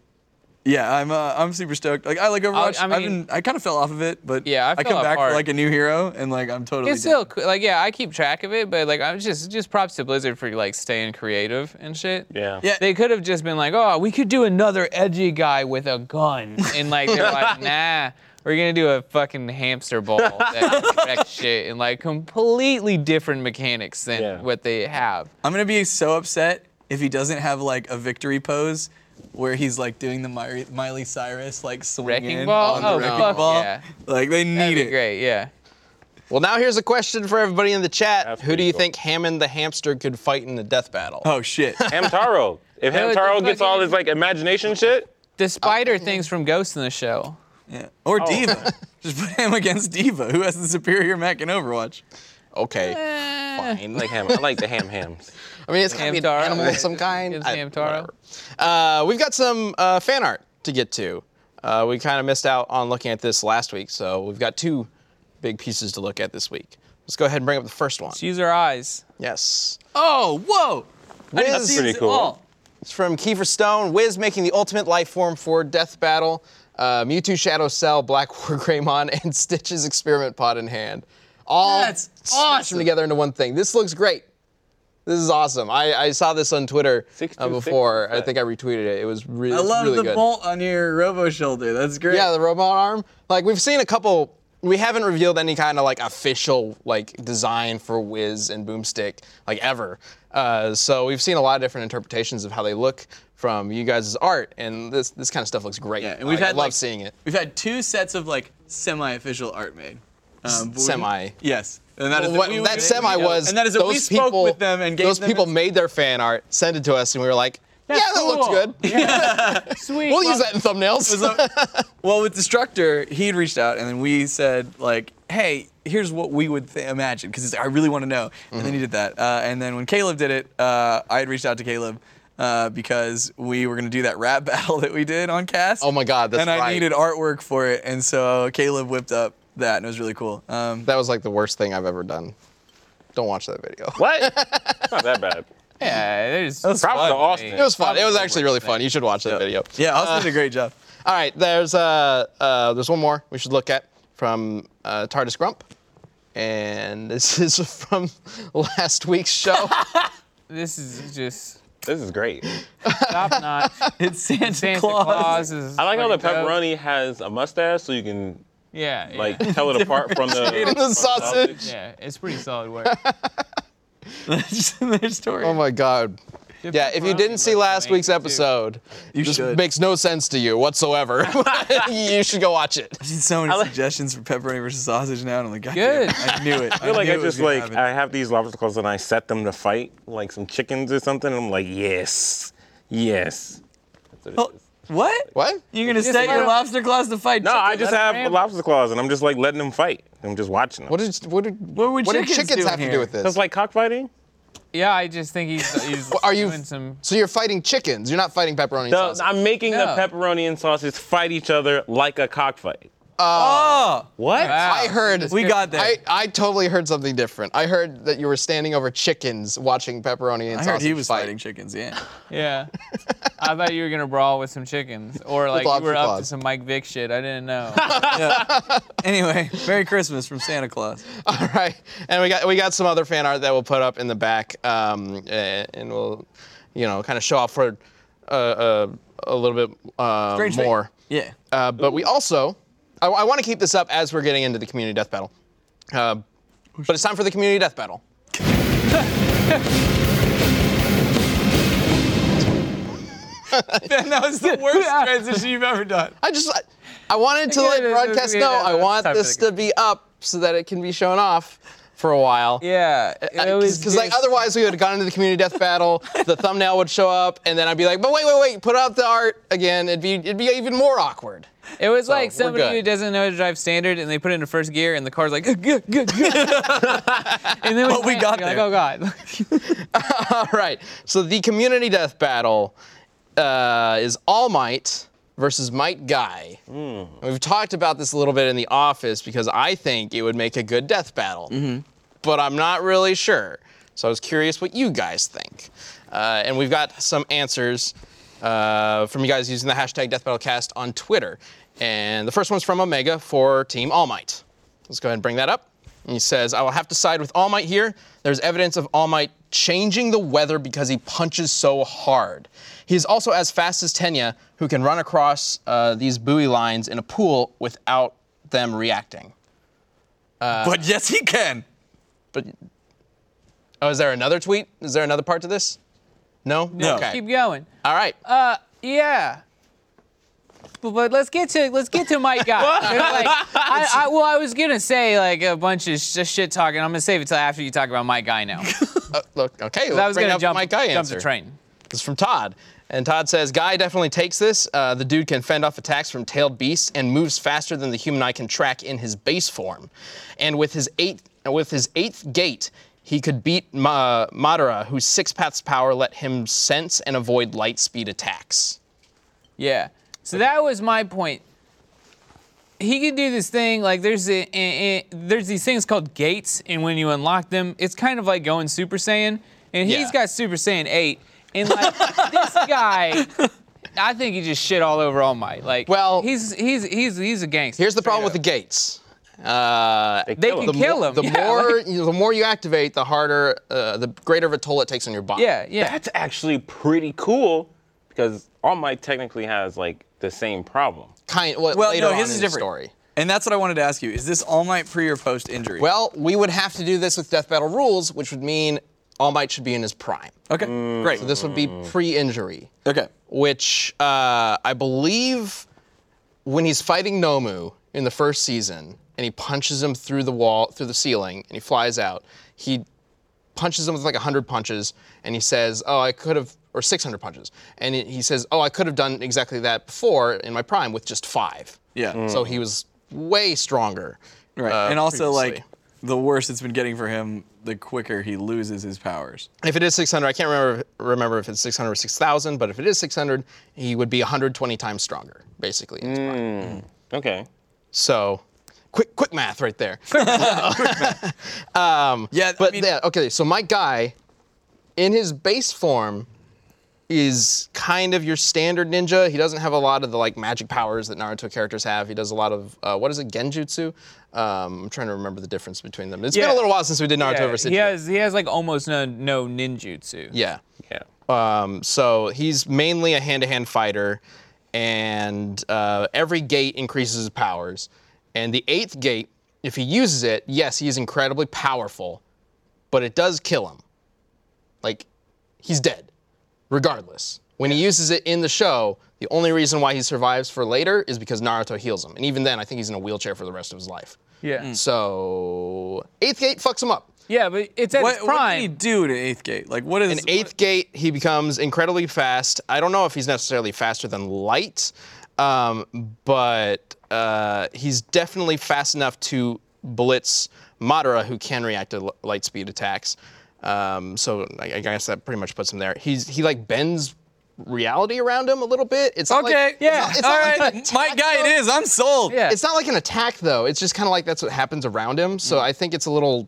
S3: yeah, I'm uh, I'm super stoked. Like I like Overwatch. I, have
S4: I mean-
S3: been, I kind of fell off of it, but
S4: Yeah, I fell
S3: come
S4: off
S3: back
S4: hard.
S3: for like a new hero and like I'm totally.
S4: It's still
S3: down.
S4: cool. like yeah, I keep track of it, but like I'm just just props to Blizzard for like staying creative and shit.
S5: Yeah.
S3: Yeah.
S4: They could have just been like, oh, we could do another edgy guy with a gun, and like they're like, nah, we're gonna do a fucking hamster ball that wrecks shit and like completely different mechanics than
S5: Yeah.
S4: what they have.
S3: I'm gonna be so upset if he doesn't have like a victory pose. Where he's like doing the Miley, Miley Cyrus like swing
S4: Wrecking
S3: in
S4: ball?
S3: on the
S4: Oh,
S3: wrecking
S4: fuck
S3: ball,
S4: yeah.
S3: like they need
S4: That'd be
S3: it.
S4: great, yeah.
S2: Well, now here's a question for everybody in the chat.
S5: That's
S2: Who do
S5: pretty
S2: you
S5: cool.
S2: think Hammond the hamster could fight in a death battle?
S3: Oh shit!
S5: Hamtaro. If
S4: No, it's
S5: Hamtaro
S4: a
S5: gets all
S4: fucking-
S5: his like imagination shit,
S4: The spider things from Ghost in the Shell.
S3: Yeah. Or
S2: Oh.
S3: Diva. Just put him against Diva, who has the superior mech in Overwatch.
S2: Okay.
S5: I like ham. I like the ham hams.
S2: I mean, it's gotta be an
S4: Hamtaro.
S2: animal of some kind.
S4: It's
S2: I-
S4: Hamtaro.
S2: Uh, we've got some uh, fan art to get to. Uh, we kind of missed out on looking at this last week, so we've got two big pieces to look at this week. Let's go ahead and bring up the first one.
S4: Use our eyes.
S2: Yes.
S3: Oh, whoa!
S2: Wiz-
S5: Pretty cool.
S2: It's from Kiefer Stone. Wiz making the ultimate life form for Death Battle. Uh, Mewtwo, Shadow Cell, Black War Greymon, and Stitch's experiment pod in hand. All
S3: That's
S2: smashed
S3: awesome.
S2: them together into one thing. This looks great. This is awesome. I, I saw this on Twitter
S5: Six
S2: uh,
S5: two six
S2: before.
S5: is
S2: I
S5: that?
S2: think I retweeted it. It was really,
S3: I love
S2: really
S3: the
S2: good.
S3: bolt on your robo shoulder. That's great.
S2: Yeah, the robot arm. Like we've seen a couple. We haven't revealed any kind of like official like design for Wiz and Boomstick like ever. Uh, so we've seen a lot of different interpretations of how they look from you guys' art, and this this kind of stuff looks great.
S3: yeah, and we've
S2: Like,
S3: had
S2: I love
S3: like,
S2: seeing it.
S3: We've had two sets of like semi-official art made. Um, but we-
S2: semi.
S3: Yes. And that is
S2: What-
S3: that we-
S2: that
S3: we-
S2: semi was.
S3: And that is that
S2: those
S3: we spoke
S2: people,
S3: with them and gave
S2: those
S3: them
S2: people
S3: ins-
S2: made their fan art, sent it to us, and we were like, yeah, that looks
S4: cool.
S2: good.
S4: Sweet.
S2: We'll use that in thumbnails.
S3: well, with Destructor, he'd reached out, and then we said like, "Hey, here's what we would th-
S2: Mm-hmm.
S3: imagine," because he's like, "I really want to know." And then he did that, uh, and then when Caleb did it, uh, I had reached out to Caleb, uh, because we were gonna do that rap battle that we did on cast.
S2: Oh my God, that's
S3: And I
S2: right.
S3: needed artwork for it, and so Caleb whipped up that, and it was really cool. Um,
S2: That was like the worst thing I've ever done. Don't watch that video.
S5: What? it's not that bad.
S4: Yeah, there's
S5: Props
S4: fun
S5: to
S4: to me.
S5: Austin.
S2: It was fun. It was actually really fun. You should watch that video.
S3: yeah, Austin did a great job.
S2: All right, there's uh, uh, there's one more we should look at from uh, Tardis Grump, and this is from last week's show.
S4: This is just
S5: This is great.
S4: top notch.
S3: It's Santa,
S4: Santa
S3: Claus.
S4: Claus is.
S5: I like how the
S4: fucking dope.
S5: pepperoni has a mustache, so you can
S4: Yeah, yeah,
S5: like tell it apart from the, from
S2: the sausage.
S4: yeah, it's pretty solid work.
S3: Just in their story.
S2: oh my God. Yeah, if you didn't see last week's episode,
S3: you
S2: this
S3: should.
S2: makes no sense to you whatsoever. you should go watch it.
S3: I've seen so many suggestions for pepperoni versus sausage now, and I'm like, God damn
S4: Good.
S3: it, I knew it.
S5: I feel like
S3: knew
S5: I
S3: it was
S5: just
S3: gonna
S5: like
S3: happen.
S5: I have these lobster claws and I set them to fight like some chickens or something. And I'm like, yes, yes. That's what it
S3: Oh,
S5: is.
S3: what?
S2: What?
S3: You're gonna
S4: Just
S3: set your
S4: let-
S3: lobster claws to fight?
S5: No,
S3: chicken?
S5: I just
S4: let 'em
S5: have
S4: ramble.
S5: lobster claws and I'm just like letting them fight. I'm just watching them.
S2: What did what did
S3: What were
S2: what did
S3: chickens
S2: chickens
S3: doing
S2: have to do
S3: here?
S2: with this?
S5: That's like cockfighting.
S4: Yeah, I just think he's he's
S2: Are you
S4: doing some.
S2: so you're fighting chickens? You're not fighting pepperoni
S5: The-
S2: sauce.
S5: I'm making
S4: No.
S5: the pepperoni and sauces fight each other like a cockfight.
S3: Oh,
S5: What?
S4: Wow.
S2: I heard
S3: we got there.
S2: I, I totally heard something different. I heard that you were standing over chickens watching pepperoni and
S3: I
S2: sausage
S3: heard he was
S2: fight.
S3: fighting chickens. Yeah.
S4: Yeah, I thought you were gonna brawl with some chickens, or like you
S2: lobster
S4: were up to
S2: claws.
S4: some Mike Vick shit. I didn't know.
S3: Anyway, Merry Christmas from Santa Claus.
S2: All right, and we got we got some other fan art that we'll put up in the back, um, eh, and we'll, you know, kind of show off for uh, uh, a little bit uh,
S3: Strange thing.
S2: more.
S3: Yeah.
S2: Uh, but we also, I, want to keep this up as we're getting into the community death battle. Uh, but it's time for the community death battle.
S3: that was the worst transition you've ever done.
S2: I just, I, I wanted to
S4: Yeah,
S2: let
S4: it is,
S2: broadcast
S4: it's-
S2: know
S4: yeah,
S2: I
S4: it's
S2: want
S4: time for
S2: this
S4: the-
S2: to be up so that it can be shown off for a while.
S4: yeah, it was
S2: Because like
S4: just-
S2: otherwise we would have gone into the community death battle, the thumbnail would show up, and then I'd be like, but wait, wait, wait, put out the art again. It'd be it'd be even more awkward.
S4: It was like
S2: we're
S4: somebody
S2: good.
S4: who doesn't know how to drive standard, and they put it into first gear, and the car's like, "Ugh, ugh, ugh, ugh." and then
S3: But we
S4: land,
S3: got
S4: you're
S3: there.
S4: Like, oh god.
S2: All right. So the community death battle uh, is All Might versus Might Guy. We've talked about this a little bit in the office because I think it would make a good death battle, but I'm not really sure. So I was curious what you guys think. Uh, and we've got some answers uh, from you guys using the hashtag DeathBattleCast on Twitter. And the first one's from Omega for Team All Might. Let's go ahead and bring that up. And he says, I will have to side with All Might here. There's evidence of All Might changing the weather because he punches so hard. He is also as fast as Tenya, who can run across uh, these buoy lines in a pool without them reacting. Uh,
S3: but yes, he can.
S2: But oh, is there another tweet? Is there another part to this? No.
S3: No.
S2: Okay.
S4: Keep going.
S2: All right.
S4: Uh, Yeah. But, but let's get to let's get to Mike guy. Like, I, I, well, I was gonna say like a bunch of sh- shit talking. I'm gonna save it till after you talk about Mike guy now. 'Cause
S2: Uh, Look. Okay.
S4: I
S2: Let's
S4: was
S2: bring
S4: gonna
S2: up
S4: jump,
S2: my guy
S4: jump
S2: answer.
S4: the train.
S2: This is from Todd. And Todd says, Guy definitely takes this. Uh, the dude can fend off attacks from tailed beasts and moves faster than the human eye can track in his base form. And with his eighth, with his eighth gate, he could beat Ma- Madara, whose six paths power let him sense and avoid light speed attacks.
S4: Yeah. So that was my point. He could do this thing like there's a, a- a- there's these things called gates, and when you unlock them, it's kind of like going Super Saiyan. And he's
S2: Yeah.
S4: got Super Saiyan eight, and like this guy, I think he just shit all over All Might. Like,
S2: Well-
S4: he's he's he's he's a gangster.
S2: Here's the problem with
S4: straight
S2: the gates. Uh,
S4: They
S5: Kill
S4: can
S5: him.
S2: the
S4: kill
S2: mo-
S4: him.
S2: The
S4: yeah,
S2: more
S4: like-
S2: the more you activate, the harder, uh, the greater of a toll it takes on your body.
S4: yeah, yeah.
S5: That's actually pretty cool because All Might technically has like the same problem.
S2: Kind. Well,
S3: Well,
S2: later
S3: no,
S2: on
S3: his
S2: in
S3: is
S2: the
S3: different.
S2: story.
S3: And that's what I wanted to ask you. Is this All Might pre or post injury?
S2: Well, we would have to do this with Death Battle rules, which would mean All Might should be in his prime.
S3: okay, Oh, great.
S2: So this would be pre-injury,
S3: okay.
S2: which uh, I believe when he's fighting Nomu in the first season, and he punches him through the wall, through the ceiling, and he flies out. He punches him with like 100 punches, and he says, "Oh, I could have," or 600 punches, and he- he says, "Oh, I could have done exactly that before in my prime with just five.
S3: Yeah.
S2: So he was way stronger.
S3: Right.
S2: uh,
S3: and also
S2: previously.
S3: like the worse it's been getting for him, the quicker he loses his powers.
S2: If it is 600, I can't remember remember if it's 600 or 6,000, but if it is 600, he would be 120 times stronger, basically. in his
S4: Mm.
S2: prime.
S5: Okay.
S2: So, quick quick math right there.
S3: Yeah,
S2: but
S3: I mean,
S2: yeah, okay. So my guy, in his base form, is kind of your standard ninja. He doesn't have a lot of the like magic powers that Naruto characters have. He does a lot of uh, what is it, genjutsu? Um, I'm trying to remember the difference between them. It's been a
S4: Yeah.
S2: little while since we did Naruto
S4: Yeah,
S2: versus.
S4: he has he has like almost no no ninjutsu.
S2: yeah.
S5: Yeah.
S2: Um, so he's mainly a hand-to-hand fighter, and uh, every gate increases his powers. And the eighth gate, if he uses it, yes, he is incredibly powerful, but it does kill him. Like, he's dead, regardless. When he uses it in the show, the only reason why he survives for later is because Naruto heals him. And even then, I think he's in a wheelchair for the rest of his life.
S4: Yeah.
S2: Mm. So, eighth gate fucks him up.
S4: Yeah, but it's at
S3: what,
S4: its
S3: what did he
S4: prime.
S3: do to Eighth Gate? Like, what is
S2: In eighth gate, he becomes incredibly fast. I don't know if he's necessarily faster than light, um, but uh, he's definitely fast enough to blitz Madara, who can react to l- light speed attacks. Um, so I, I guess that pretty much puts him there. He's he like bends reality around him a little bit. It's not
S3: Okay,
S2: like, it's
S3: yeah,
S2: not- it's
S3: all
S2: not like
S3: right,
S2: an
S3: my
S2: attack,
S3: guy, it
S2: though.
S3: is. I'm sold.
S4: Yeah.
S2: It's not like an attack though. It's just kind of like that's what happens around him.
S4: Mm.
S2: So I think it's a little.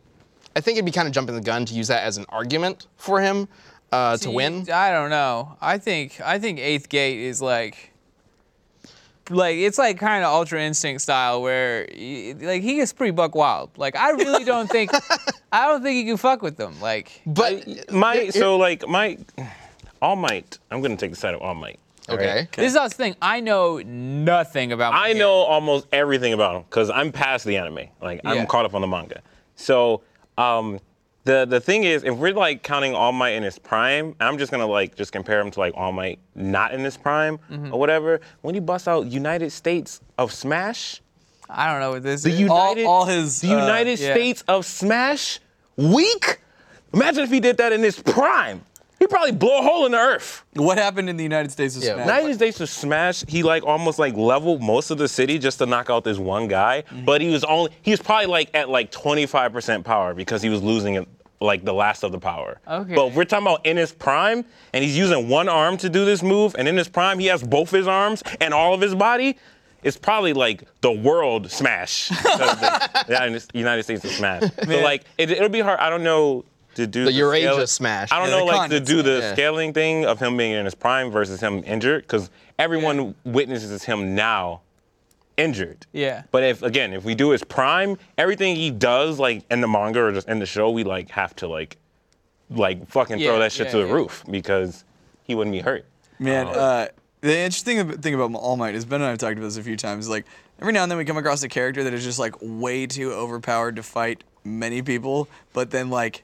S2: I think it'd be kind of jumping the gun to use that as an argument for him uh, to win.
S4: I don't know. I think I think Eighth Gate is like like it's like kind of Ultra Instinct style where y like he gets pretty buck wild. Like I really don't think I don't think you can fuck with them. Like
S2: But
S5: My so like my All Might. I'm gonna take the side of All Might. all right?
S2: okay.
S4: this is also the thing. I know nothing about. my
S5: I
S4: hero.
S5: know almost everything about him because I'm past the anime. Like
S4: Yeah.
S5: I'm caught up on the manga. So um, the the thing is, if we're like counting All Might in his prime, I'm just gonna like just compare him to like All Might not in his prime
S3: Mm-hmm.
S5: or whatever. When you bust out United States of Smash,
S4: I don't know what this
S5: the
S4: is.
S5: United
S3: all his,
S5: the
S3: uh,
S5: United
S4: yeah.
S5: States of Smash weak. Imagine if he did that in his prime. He'd probably blow a hole in the earth.
S3: What happened in the United States of
S2: Yeah,
S3: Smash?
S5: United States of Smash, he like almost like leveled most of the city just to knock out this one guy. But he was only he was probably like at like 25% power because he was losing it like the last of the power.
S4: Okay.
S5: But we're talking about in his prime, and he's using one arm to do this move, and in his prime he has both his arms and all of his body. It's probably like the world smash. because the United- United States of Smash. So like it, it'll be hard. I don't know to do
S2: The
S5: scale-
S2: Eurasia Smash.
S5: I don't
S3: Yeah,
S5: know
S3: the
S5: like to
S3: continent
S5: do the
S2: Smash. Yeah.
S5: scaling thing of him being in his prime versus him injured because everyone witnesses him now injured.
S4: Yeah.
S5: But if again, if we do his prime, everything he does like in the manga or just in the show, we like have to like like fucking
S4: Yeah,
S5: throw that shit
S4: yeah,
S5: to the
S4: yeah.
S5: roof because he wouldn't be hurt.
S3: Man,
S5: Oh.
S3: uh, the interesting ab- thing about All Might is Ben and I have talked about this a few times. Like every now and then we come across a character that is just like way too overpowered to fight many people, but then like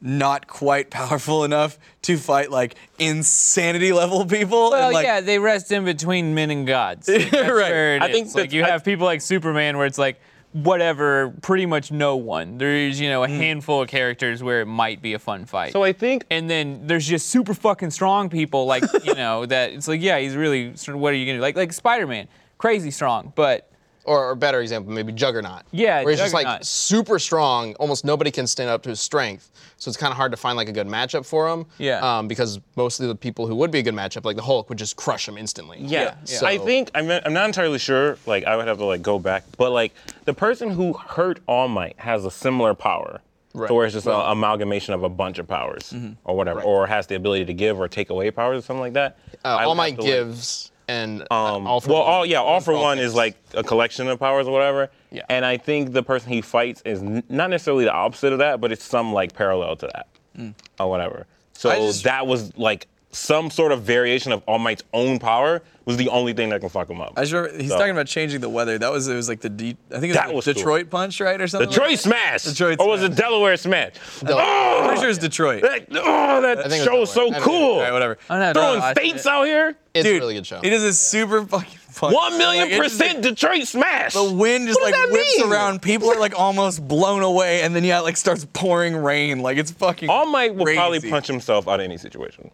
S3: not quite powerful enough to fight like insanity level people.
S4: Well,
S3: and, like,
S4: yeah, they rest in between men and gods. That's where it
S5: I
S4: is.
S5: think
S4: like
S5: that-
S4: you
S5: I-
S4: have people like Superman, where it's like whatever, pretty much no one. There's you know a handful of characters where it might be a fun fight.
S5: So I think
S4: and then there's just super fucking strong people like you know that it's like yeah he's really sort of- what are you gonna do like like Spider-Man crazy strong but
S2: Or a better example, maybe Juggernaut.
S4: Yeah,
S2: Where he's just like
S4: Juggernaut.
S2: super strong. Almost nobody can stand up to his strength. So it's kind of hard to find like a good matchup for him.
S4: Yeah.
S2: Um, because most of the people who would be a good matchup, like the Hulk, would just crush him instantly.
S5: Yeah.
S2: So,
S5: I think I'm, I'm not entirely sure. Like I would have to like go back, but like the person who hurt All Might has a similar power,
S2: Right. Mm-hmm.
S5: to where it's just an amalgamation of a bunch of powers or whatever, or has the ability to give or take away powers or something like that.
S2: uh,
S5: I
S2: All
S5: would have
S2: Might
S5: to, like-
S2: gives and uh,
S5: um,
S2: all for
S5: well,
S2: one.
S5: all yeah, all for
S2: All
S5: one
S2: gives.
S5: is like a collection of powers or whatever.
S2: Yeah.
S5: And I think the person he fights is n- not necessarily the opposite of that, but it's some like parallel to that or whatever. So
S3: just-
S5: that was like some sort of variation of All Might's own power was the only thing that can fuck him up.
S3: I just remember he's
S5: So-
S3: talking about changing the weather. That was it was like the D I think it was,
S5: That
S3: like,
S5: was cool.
S3: Detroit punch, right? Or something.
S5: Detroit
S3: like that?
S5: Smash.
S3: Detroit
S5: or was
S3: Smash.
S5: it Delaware Smash?
S3: I'm
S5: Oh,
S3: pretty sure it's Detroit.
S5: that, oh, that
S2: think it was
S5: show is
S2: Delaware.
S5: so
S2: I don't know.
S5: cool.
S3: All right, whatever.
S4: I don't know,
S5: Throwing
S4: I-
S5: states out here.
S2: it's
S3: Dude,
S2: a really good show.
S3: It is a super fucking fun.
S5: One million
S3: Like, it just-
S5: percent Detroit Smash.
S3: The wind just
S5: What does
S3: like
S5: that
S3: whips
S5: mean?
S3: around. People are like almost blown away, and then yeah, it, like starts pouring rain. Like it's fucking.
S5: All Might will probably
S3: crazy.
S5: punch himself out of any situation.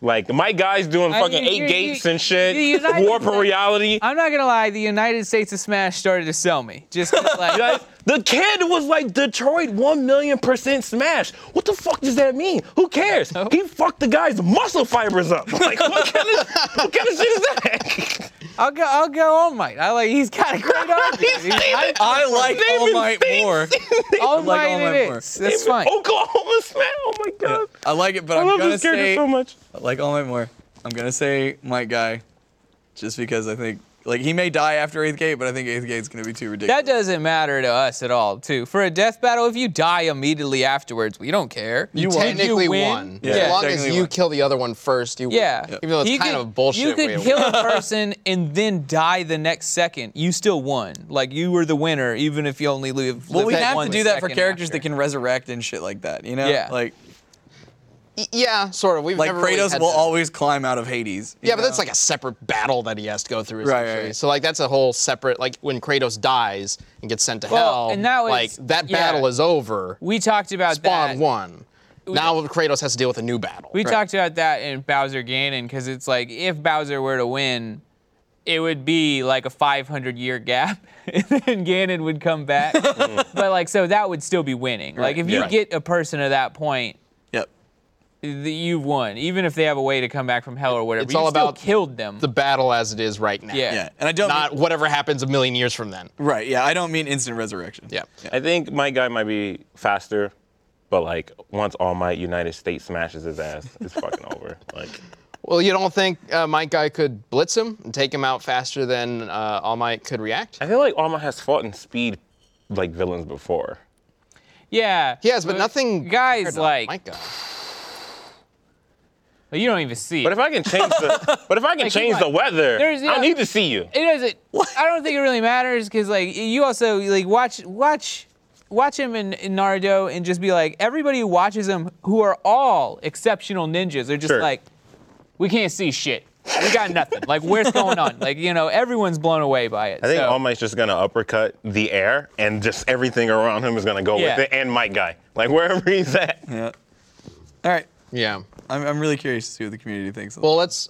S5: like my guy's doing
S4: I
S5: fucking
S4: mean,
S5: eight
S4: you-
S5: gates
S4: you-
S5: and shit.
S4: you- you-
S5: War for reality.
S4: I'm not gonna lie the United States of Smash started to sell me just 'cause, like
S5: Guys,
S8: The kid was like Detroit 1 million percent smash. What the fuck does that mean? Who cares? He fucked the guy's muscle fibers up. Like, what kind of, what kind of shit is that?
S4: I'll go. I'll go. All Might. I like. He's got a great arm.
S8: He's
S4: He's
S8: saying-
S3: I like
S8: They've
S3: All
S8: been
S3: Might
S8: saying-
S3: more.
S4: All
S3: like
S4: Might.
S3: All Might
S4: it
S3: more.
S4: is. That's fine.
S8: Oklahoma smash. Oh my god.
S3: I like it, but
S8: I
S3: I'm
S8: love
S3: gonna
S8: this character
S3: say
S8: so much.
S3: I like All Might more. I'm gonna say Might guy, just because I think like he may die after Eighth Gate, but I think Eighth Gate's gonna be too ridiculous.
S4: That doesn't matter to us at all, too. For a death battle, if you die immediately afterwards, we don't care.
S2: You technically
S4: You win.
S2: won.
S3: Yeah,
S2: as long as
S3: technically
S2: you
S3: won.
S2: kill the other one first, you
S4: Yeah.
S2: win. Even though it's
S4: You
S2: kind
S4: could-
S2: of a bullshit
S4: You
S2: way
S4: could
S2: of
S4: kill a person and then die the next second. You still won. Like you were the winner, even if you only live.
S3: well,
S4: live
S3: we
S4: that
S3: have to
S4: one
S3: do that for
S4: second
S3: characters
S4: after.
S3: that can resurrect and shit like that. You know,
S4: Yeah.
S3: like
S2: Y- Yeah, sort of. We've
S3: like
S2: never really
S3: Kratos
S2: had
S3: will
S2: that.
S3: always climb out of Hades. you
S2: Yeah, but
S3: know?
S2: that's like a separate battle that he has to go through.
S3: Right,
S2: Essentially.
S3: right.
S2: So like that's a whole separate like when Kratos dies and gets sent to
S4: Well,
S2: hell.
S4: and that was-
S2: like that
S4: yeah.
S2: battle is over.
S4: We talked about
S2: Spawn
S4: that.
S2: won. Now Kratos has to deal with a new battle.
S4: We talked about that in Bowser Ganon because it's like if Bowser were to win, it would be like a 500 year gap, and then Ganon would come back. but like, so that would still be winning. Like, if you
S2: Mm-hmm. yeah.
S4: get a person to that point,
S3: yep.
S4: th- you've won. Even if they have a way to come back from hell or whatever,
S2: It's
S4: you
S2: all
S4: still
S2: about
S4: killed them.
S2: the battle as it is right now.
S4: Yeah.
S3: Yeah, and I don't
S2: Not
S3: mean-
S2: whatever happens a million years from then.
S3: right. Yeah, I don't mean instant resurrection.
S2: Yeah.
S5: I think my guy might be faster, but like once All Might United States smashes his ass, it's fucking over. Like
S2: Well, you don't think uh, Mike Guy could blitz him and take him out faster than uh, All Might could react?
S5: I feel like All Might has fought in speed like villains before.
S4: yeah.
S2: Yes, but nothing. compared
S4: Guys,
S2: to
S4: like,
S2: Mike Guy.
S4: you don't even see.
S5: But if I can change the, but if I can
S4: Like,
S5: change
S4: come
S5: the
S4: on.
S5: weather,
S4: There's- yeah.
S5: I need to see you.
S4: it doesn't. I don't think it really matters because like you also like watch watch watch him in, in Naruto and just be like everybody who watches him who are all exceptional ninjas. They're just
S5: Sure.
S4: like, we can't see shit. We got nothing. like where's going on? Like you know everyone's blown away by it.
S5: I think
S4: so,
S5: All Might's just gonna uppercut the air, and just everything around him is gonna go
S4: Yeah.
S5: with it, and Mike guy, like wherever he's at.
S3: Yeah. All right.
S2: Yeah.
S3: I'm, I'm really curious to see what the community thinks. of
S2: Well, let's.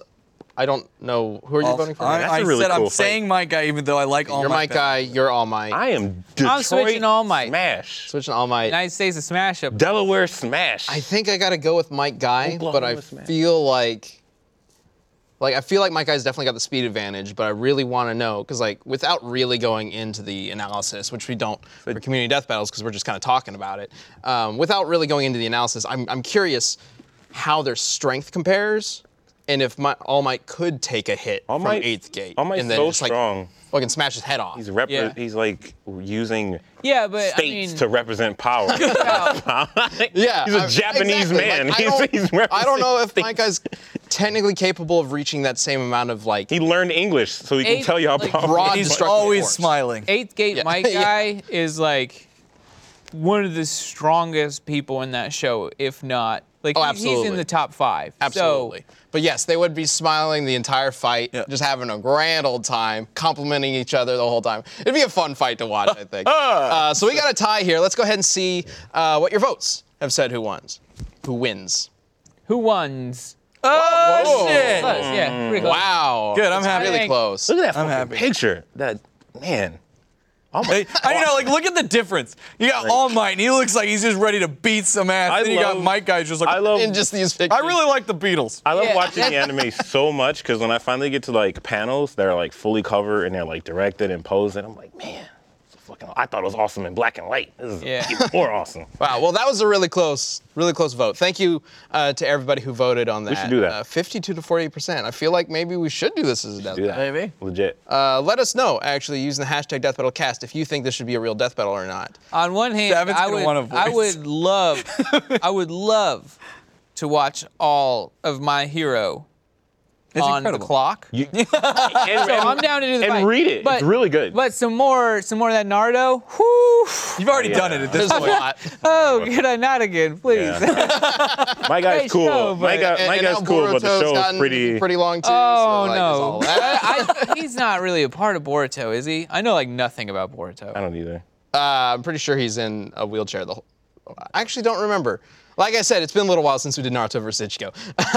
S2: I don't know who are you voting for.
S3: I,
S5: That's a
S3: I
S5: really
S3: said I'm
S5: cool fight.
S3: saying my guy, even though I like all
S2: You're
S3: my
S2: Mike Guy. You're All Might.
S5: I am Detroit
S4: switching All Might.
S5: Smash,
S2: Switching to All Might.
S4: United States a smash up.
S5: Delaware Smash.
S2: I think I gotta go with Mike Guy, but I
S5: Oklahoma Smash.
S2: feel like, like I feel like Mike Guy's definitely got the speed advantage. But I really want to know because like without really going into the analysis, which we don't for community death battles because we're just kind of talking about it. Um, without really going into the analysis, I'm I'm curious how their strength compares. And if my, All Might could take a hit
S5: All
S2: from
S5: Might-
S2: Eighth Gate,
S5: All Might's
S2: and then
S5: so
S2: just like
S5: strong.
S2: fucking smash his head off.
S5: He's rep-
S4: Yeah.
S5: he's like using
S4: Yeah, but I
S5: states
S4: mean,
S5: to represent power.
S2: Yeah,
S5: he's a
S2: I-
S5: Japanese
S2: exactly.
S5: man.
S2: Like, I,
S5: he's,
S2: don't,
S5: he's
S2: I don't know if
S5: representing
S2: my
S5: states.
S2: guy's technically capable of reaching that same amount of like.
S5: He learned English, so he
S4: Eight,
S5: can tell you how
S4: like,
S5: powerful.
S2: broad-
S5: he
S3: He's
S5: is.
S2: Destructive
S3: always
S2: force.
S3: smiling.
S4: Eighth Gate
S2: Yeah.
S4: Mike
S2: Yeah.
S4: guy is like one of the strongest people in that show, if not like
S2: Oh,
S4: he- he's in
S2: absolutely.
S4: the top five. So-
S2: Absolutely. but yes, they would be smiling the entire fight,
S3: Yeah.
S2: just having a grand old time, complimenting each other the whole time. It'd be a fun fight to watch, I
S5: Uh-huh.
S2: think. Uh, so we got a tie here. Let's go ahead and see uh, what your votes have said. Who wins? Who wins?
S4: Who wins?
S3: Oh
S2: Whoa.
S3: shit!
S4: Close, yeah. pretty close.
S2: Wow.
S3: Good, I'm
S2: That's
S3: happy.
S2: Really
S4: Thank-
S2: close.
S5: Look at that
S3: I'm happy.
S5: fucking picture. That man. Oh my
S3: Hey, I don't know, like look at the difference. You got All Might, and he looks like he's just ready to beat some ass.
S5: I
S3: then you got
S5: love-
S3: Mike guy, just like
S5: I love.
S2: In just these pictures.
S3: I really like the Beatles.
S5: I love
S4: Yeah.
S5: watching the anime so much because when I finally get to like panels that are like fully covered and they're like directed and posed, and I'm like, man, this is fucking. I thought it was awesome in black and white. This is
S4: Yeah.
S5: even more awesome.
S2: Wow. Well, that was a really close, really close vote. Thank you uh, to everybody who voted on that.
S5: should do that.
S2: Uh, 52 to 48 percent. I feel like maybe we should do this as a death
S5: Do
S2: battle.
S5: that.
S3: Maybe.
S5: Legit.
S2: Uh, let us know, actually, using the hashtag death battle cast if you think this should be a real death battle or not.
S4: On one hand,
S3: Savin's
S4: I
S3: gonna
S4: would,
S3: want a voice.
S4: I would love, I would love to watch all of my hero
S3: It's
S4: on
S3: incredible.
S4: the clock.
S5: You- and, and-
S4: I'm down to do the
S5: and
S4: fight.
S5: read it.
S4: But-
S5: it's really good.
S4: But some more, some more of that Naruto. Whew.
S3: You've already
S5: Yeah.
S3: done it at this
S2: There's a
S3: point.
S2: lot.
S4: Oh, could I not again, please?
S5: Yeah. my guy's
S4: Great
S5: cool.
S4: show,
S5: my
S4: but-
S5: guy, my
S2: And- and
S5: guy's cool, but the
S2: Boruto's
S5: show is
S2: gotten
S5: pretty.
S2: pretty long too.
S4: Oh
S2: so, like, it's all
S4: no,
S2: that.
S4: I, I- he's not really a part of Boruto, is he? I know like nothing about Boruto.
S5: I don't either.
S2: Uh, I'm pretty sure he's in a wheelchair the whole. I actually don't remember. Like I said, it's been a little while since we did Naruto versus Ichigo.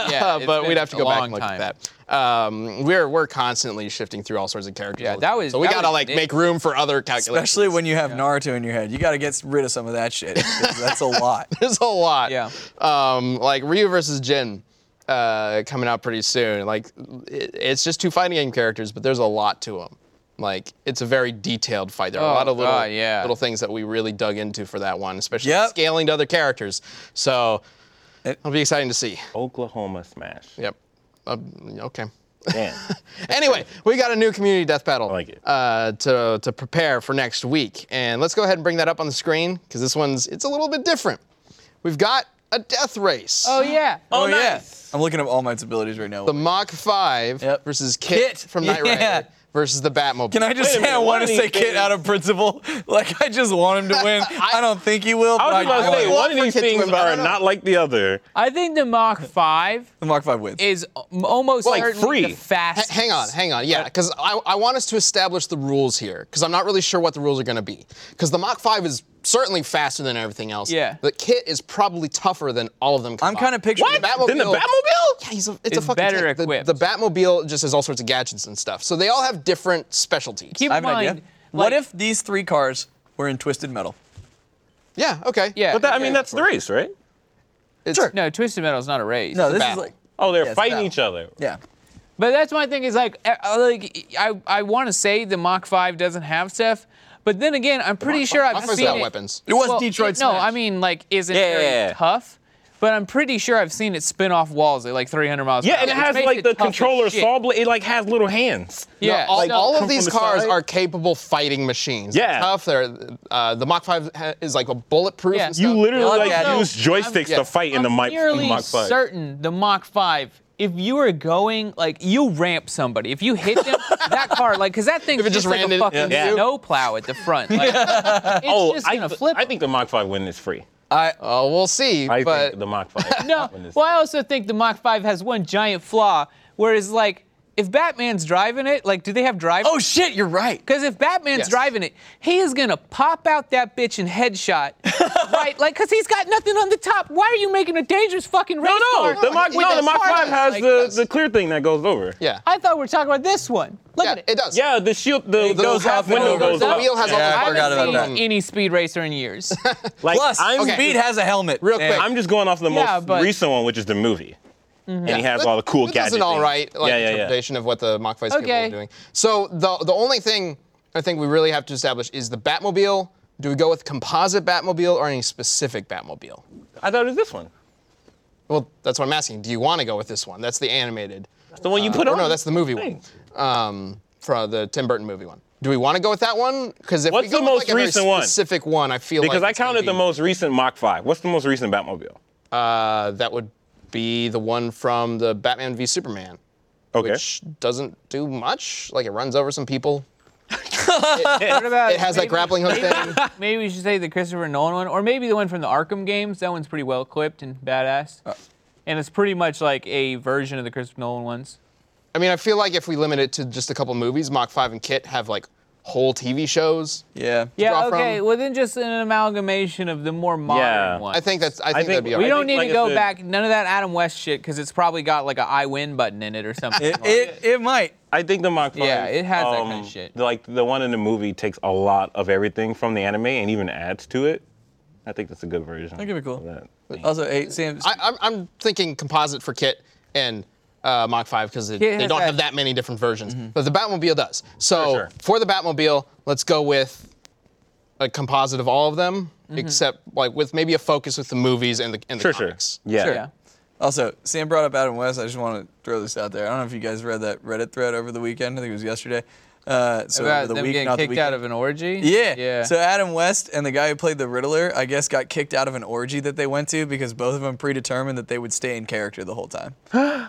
S4: Yeah, it's
S2: but
S4: been
S2: we'd have to
S4: a
S2: go back
S4: long
S2: and look
S4: time.
S2: at that. Um, we're we're constantly shifting through all sorts of characters.
S4: Yeah, that was-
S2: so we
S4: that
S2: gotta
S4: was
S2: like
S4: big.
S2: make room for other calculations.
S3: Especially when you have Naruto in your head, you got to get rid of some of that shit. 'cause That's a lot.
S2: there's a lot.
S4: Yeah.
S2: Um, like Ryu versus Jin uh, coming out pretty soon. Like it, it's just two fighting game characters, but there's a lot to them. Like it's a very detailed fight. There are a
S4: Oh,
S2: lot of little
S4: God, yeah.
S2: little things that we really dug into for that one, especially
S3: Yep.
S2: scaling to other characters. So it'll be exciting to see.
S4: Oh.
S5: Oklahoma Smash.
S2: Yep. Um, okay.
S5: Man.
S2: Anyway, we got a new community death battle
S5: like it.
S2: Uh, to, to prepare for next week. And let's go ahead and bring that up on the screen because this one's it's a little bit different. We've got a death race.
S4: Oh yeah.
S3: Oh, yeah. I'm looking up All Might's abilities right now.
S2: The Mach 5
S3: Yep.
S2: versus Kit,
S3: Kit,
S2: from Night
S3: yeah.
S2: Rider versus the Batmobile.
S3: Can I just say I
S5: minute,
S3: want
S5: what
S3: to
S5: do
S3: say
S5: you
S3: Kit
S5: think?
S3: out of principle? Like I just want him to win. I, don't think he will.
S5: I
S3: but
S5: was about to say,
S3: want
S5: one of
S2: for
S5: these
S2: kids to
S5: things
S2: win, but I
S5: are
S2: don't know.
S5: not like the other.
S4: I think the Mach Five
S3: the Mach Five wins.
S4: is almost
S5: Like
S4: certainly
S5: free.
S4: the fastest.
S2: Hang on, hang on. Yeah, because I, I want us to establish the rules here, because I'm not really sure what the rules are going to be. Because the Mach 5 is certainly faster than everything else.
S4: Yeah.
S2: The Kit is probably tougher than all of them.
S3: I'm
S2: combined.
S3: kinda picturing
S2: The
S3: What?
S2: Batmobile.
S5: Then the Batmobile?
S2: Yeah, he's a, it's a
S4: Is
S2: fucking
S4: better
S2: tank. The-
S4: equipped.
S2: The, Batmobile just has all sorts of gadgets and stuff. So they all have different specialties.
S4: Keep
S3: I
S4: in
S3: have an
S4: mind.
S3: idea. what
S4: like-
S3: if these three cars were in twisted metal?
S2: yeah. Okay.
S4: Yeah.
S5: But that, I
S4: okay.
S5: mean, that's the race, right?
S2: It's,
S4: No, Twisted Metal is not a race.
S3: No, this is
S2: battle.
S3: like
S5: Oh, they're
S3: Yeah, it's
S5: fighting
S3: battle.
S5: each other.
S3: yeah.
S4: But that's my thing is like, uh, uh, like I, I want to say the Mach 5 doesn't have stuff, but then again, I'm pretty sure I've
S2: Mach 5's
S4: seen
S2: got
S4: it.
S2: weapons.
S3: It was
S4: Well,
S3: Detroit
S4: it- No,
S3: Smash.
S4: I mean like, is it
S5: Yeah.
S4: very tough? But I'm pretty sure I've seen it spin off walls at like 300 miles.
S5: Yeah,
S4: per
S5: and it
S4: hour, which
S5: has
S4: makes
S5: like the
S4: tough as
S5: controller
S4: shit.
S5: saw blade. It like has little hands.
S4: Yeah,
S2: all,
S4: no,
S2: all
S5: come
S2: of these
S5: from the
S2: cars
S5: side.
S2: are capable fighting machines.
S5: Yeah.
S2: They're tough. They're, uh, the Mach 5 ha- is like a bulletproof.
S4: Yeah.
S2: And
S5: You
S2: stuff.
S5: literally
S3: Look
S5: like
S3: at it.
S5: use joysticks
S2: yeah.
S5: to fight in
S4: I'm
S5: the mic.
S4: nearly
S5: Mach 5.
S4: certain the Mach 5. If you are going, like, you ramp somebody. If you hit them, that car, like, because that thing's
S2: If it
S4: just,
S2: just
S4: like
S2: ran
S4: a
S2: in-
S4: fucking
S5: yeah. Oh,
S4: snowplow at the front. Like, It's just
S5: I,
S4: gonna
S5: th-
S4: flip.
S5: I think the Mach 5 win is free.
S2: Oh, we'll see.
S5: I
S2: but
S5: think the Mach 5.
S4: No.
S5: win is
S4: Well, I also think the Mach 5 has one giant flaw, whereas like if Batman's driving it, like do they have drive?
S3: Oh shit, you're right.
S4: Because if Batman's
S2: Yes.
S4: driving it, he is gonna pop out that bitch and headshot, right? Like, cause he's got nothing on the top. Why are you making a dangerous fucking race
S5: No,
S4: car?
S5: no, the Mach,
S2: it
S5: no, the
S2: does.
S5: Mach 5 has
S2: Like
S5: the,
S2: this.
S5: the clear thing that goes over.
S2: yeah.
S4: I thought we were talking about this one. Look
S2: yeah,
S4: at it.
S2: does.
S5: Yeah, the shield, the,
S2: The
S5: goes
S2: half
S5: off window
S2: window
S5: goes
S2: the
S5: up.
S2: wheel has
S3: Yeah,
S2: all
S3: I
S2: the
S3: forgot about
S4: Seen
S3: that.
S4: Any speed racer in years.
S5: Like,
S3: Plus,
S5: I'm,
S2: okay.
S3: Speed has a helmet.
S2: Real
S3: And-
S2: quick.
S5: I'm just going off the
S4: Yeah,
S5: most
S4: but-
S5: recent one, which is the movie. And he has
S2: That-
S5: all the cool
S2: that
S5: gadgets.
S2: does an all right like,
S5: yeah, yeah, yeah.
S2: interpretation of what the Mach 5 is capable
S4: Okay.
S2: of doing. So the the only thing I think we really have to establish is the Batmobile. Do we go with composite Batmobile or any specific Batmobile?
S5: I thought it was this one.
S2: Well, that's what I'm asking. Do you want to go with this one? That's the animated.
S5: That's the one you put
S2: Or
S5: on.
S2: Uh, no, that's the movie one.
S5: thing.
S2: Um, from the Tim Burton movie one. Do we want to go with that one? Because if
S5: What's
S2: we go
S5: the
S2: with
S5: most
S2: like a very
S5: recent one?
S2: specific one, I feel
S5: Because
S2: like
S5: I
S2: it's gonna
S5: counted the
S2: be-
S5: most recent Mach 5. What's the most recent Batmobile?
S2: Uh, that would be the one from the Batman v Superman.
S5: Okay.
S2: Which doesn't do much. Like it runs over some people.
S4: what about
S2: It has that
S4: maybe-
S2: grappling hook thing.
S4: Maybe we should say the Christopher Nolan one, or maybe the one from the Arkham games. That one's pretty well equipped and badass.
S2: Uh.
S4: and it's pretty much like a version of the Christopher Nolan ones.
S2: I mean, I feel like if we limit it to just a couple movies, Mach 5 and Kit have like whole TV shows.
S3: Yeah.
S4: Yeah,
S2: Draw from-
S4: okay. Well, then just an amalgamation of the more modern
S5: Yeah.
S4: ones.
S2: I think that's. I think,
S5: think
S2: that'd be.
S5: we
S2: all
S4: we
S2: right.
S4: don't
S5: think,
S4: need
S5: like I
S4: to go
S5: said-
S4: back none of that Adam West shit because it's probably got like a I win button in it or something.
S3: It, it, it might.
S5: I think the Mach 5.
S4: Yeah, it has that kind of shit.
S5: Like the one in the movie takes a lot of everything from the anime and even adds to it. I think that's a good version. That
S3: could be cool.
S5: That.
S3: Also, hey Sam.
S2: I, I'm, I'm thinking composite for Kit and uh, Mach 5 because they
S4: Kit has Mm-hmm.
S2: don't
S4: that-
S2: have that many different versions. But the Batmobile does. So
S5: sure.
S2: for the Batmobile, let's go with a composite of all of them,
S4: Mm-hmm.
S2: except like with maybe a focus with the movies and the and the
S5: Sure, sure.
S2: comics.
S5: Yeah.
S4: yeah.
S3: Also, Sam brought up Adam West. I just want to throw this out there. I don't know if you guys read that Reddit thread over the weekend. I think it was yesterday. Uh, so
S4: About
S3: over the
S4: them
S3: week,
S4: getting
S3: not the
S4: kicked
S3: weekend.
S4: out of an orgy.
S3: Yeah.
S4: Yeah.
S3: So Adam West and the guy who played the Riddler, I guess, got kicked out of an orgy that they went to because both of them predetermined that they would stay in character the whole time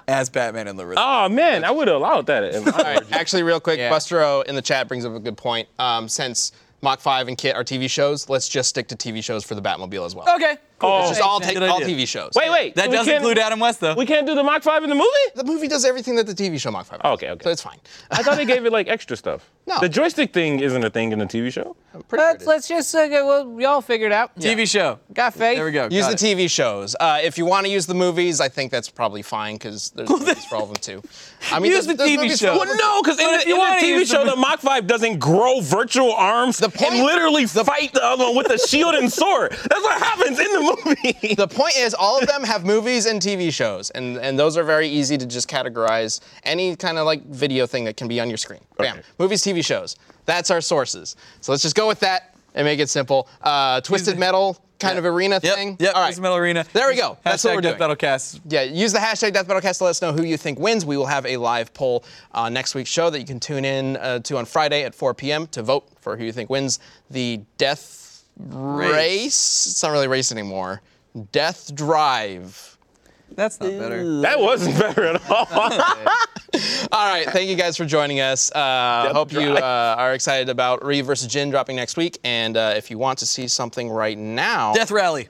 S3: as Batman and the Riddler.
S5: Oh man, I would have allowed that. in my orgy.
S2: Actually, real quick,
S4: Yeah.
S2: Buster O in the chat brings up a good point. Um, since Mach 5 and Kit are TV shows, let's just stick to TV shows for the Batmobile as well.
S4: okay.
S2: Cool. It's just all,
S3: Good
S2: all
S3: idea.
S2: TV shows.
S5: Oh. Wait, wait.
S3: That
S5: we
S3: does
S5: can't-
S3: include Adam West, though.
S5: We can't do the Mach 5 in the movie?
S2: The movie does everything that the TV show Mach 5 does.
S5: okay, okay.
S2: So it's fine.
S5: I thought they gave it like extra stuff.
S2: No.
S5: The joystick thing isn't a thing in the TV show.
S4: Let's, let's just uh, go- well, y'all figure it out.
S3: TV show.
S4: Got faith.
S3: There we go.
S2: Use
S3: Got
S2: the
S3: it.
S2: TV shows. Uh, if you want to use the movies, I think that's probably fine because there's movies for all of them too. I mean,
S3: Use
S2: there's-
S3: the
S2: there's
S3: TV
S2: movies for
S3: show.
S2: all of them.
S3: Well,
S5: no, because in,
S3: But
S5: the,
S3: if you
S5: in the
S3: wanna
S5: TV
S3: use
S5: show,
S3: the-
S5: the Mach 5 doesn't grow virtual arms
S2: point-
S5: and literally fight the other one with the shield and sword. That's what happens in the movie.
S2: The point is, all of them have movies and TV shows, and, and those are very easy to just categorize any kind of like video thing that can be on your screen. Bam. Movies, TV shows. That's our sources. So let's just go with that and make it simple. Uh, Twisted Metal kind of arena
S3: Yep,
S2: thing.
S3: yep,
S2: All right.
S3: Twisted Metal Arena.
S2: There we go. That's what
S3: Hashtag
S2: we're
S3: Death
S2: doing.
S3: Battle Cast.
S2: Yeah, use the hashtag Death Battle Cast to let us know who you think wins. We will have a live poll uh, next week's show that you can tune in uh, to on Friday at 4 p.m. to vote for who you think wins the death race. It's not really a race anymore. Death Drive.
S3: That's not better.
S5: that wasn't better at all.
S2: All right, thank you guys for joining us. Uh, hope you
S5: Drive.
S2: uh, are excited about Reeve versus Jin dropping next week. And uh, if you want to see something right now,
S3: Death Rally.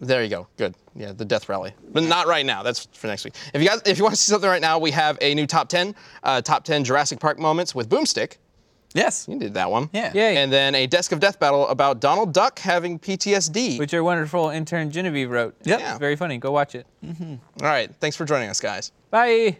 S2: There you go. Good. Yeah, the death rally, but not right now. That's for next week. If you guys, if you want to see something right now, we have a new top ten, uh, top ten Jurassic Park moments with Boomstick.
S3: Yes.
S2: You did that one.
S3: Yeah.
S4: Yay.
S2: And then a Desk of Death battle about Donald Duck having PTSD.
S4: Which our wonderful intern Genevieve wrote.
S3: Yep.
S4: It's Very funny. Go watch it.
S2: All right. Thanks for joining us, guys.
S4: Bye.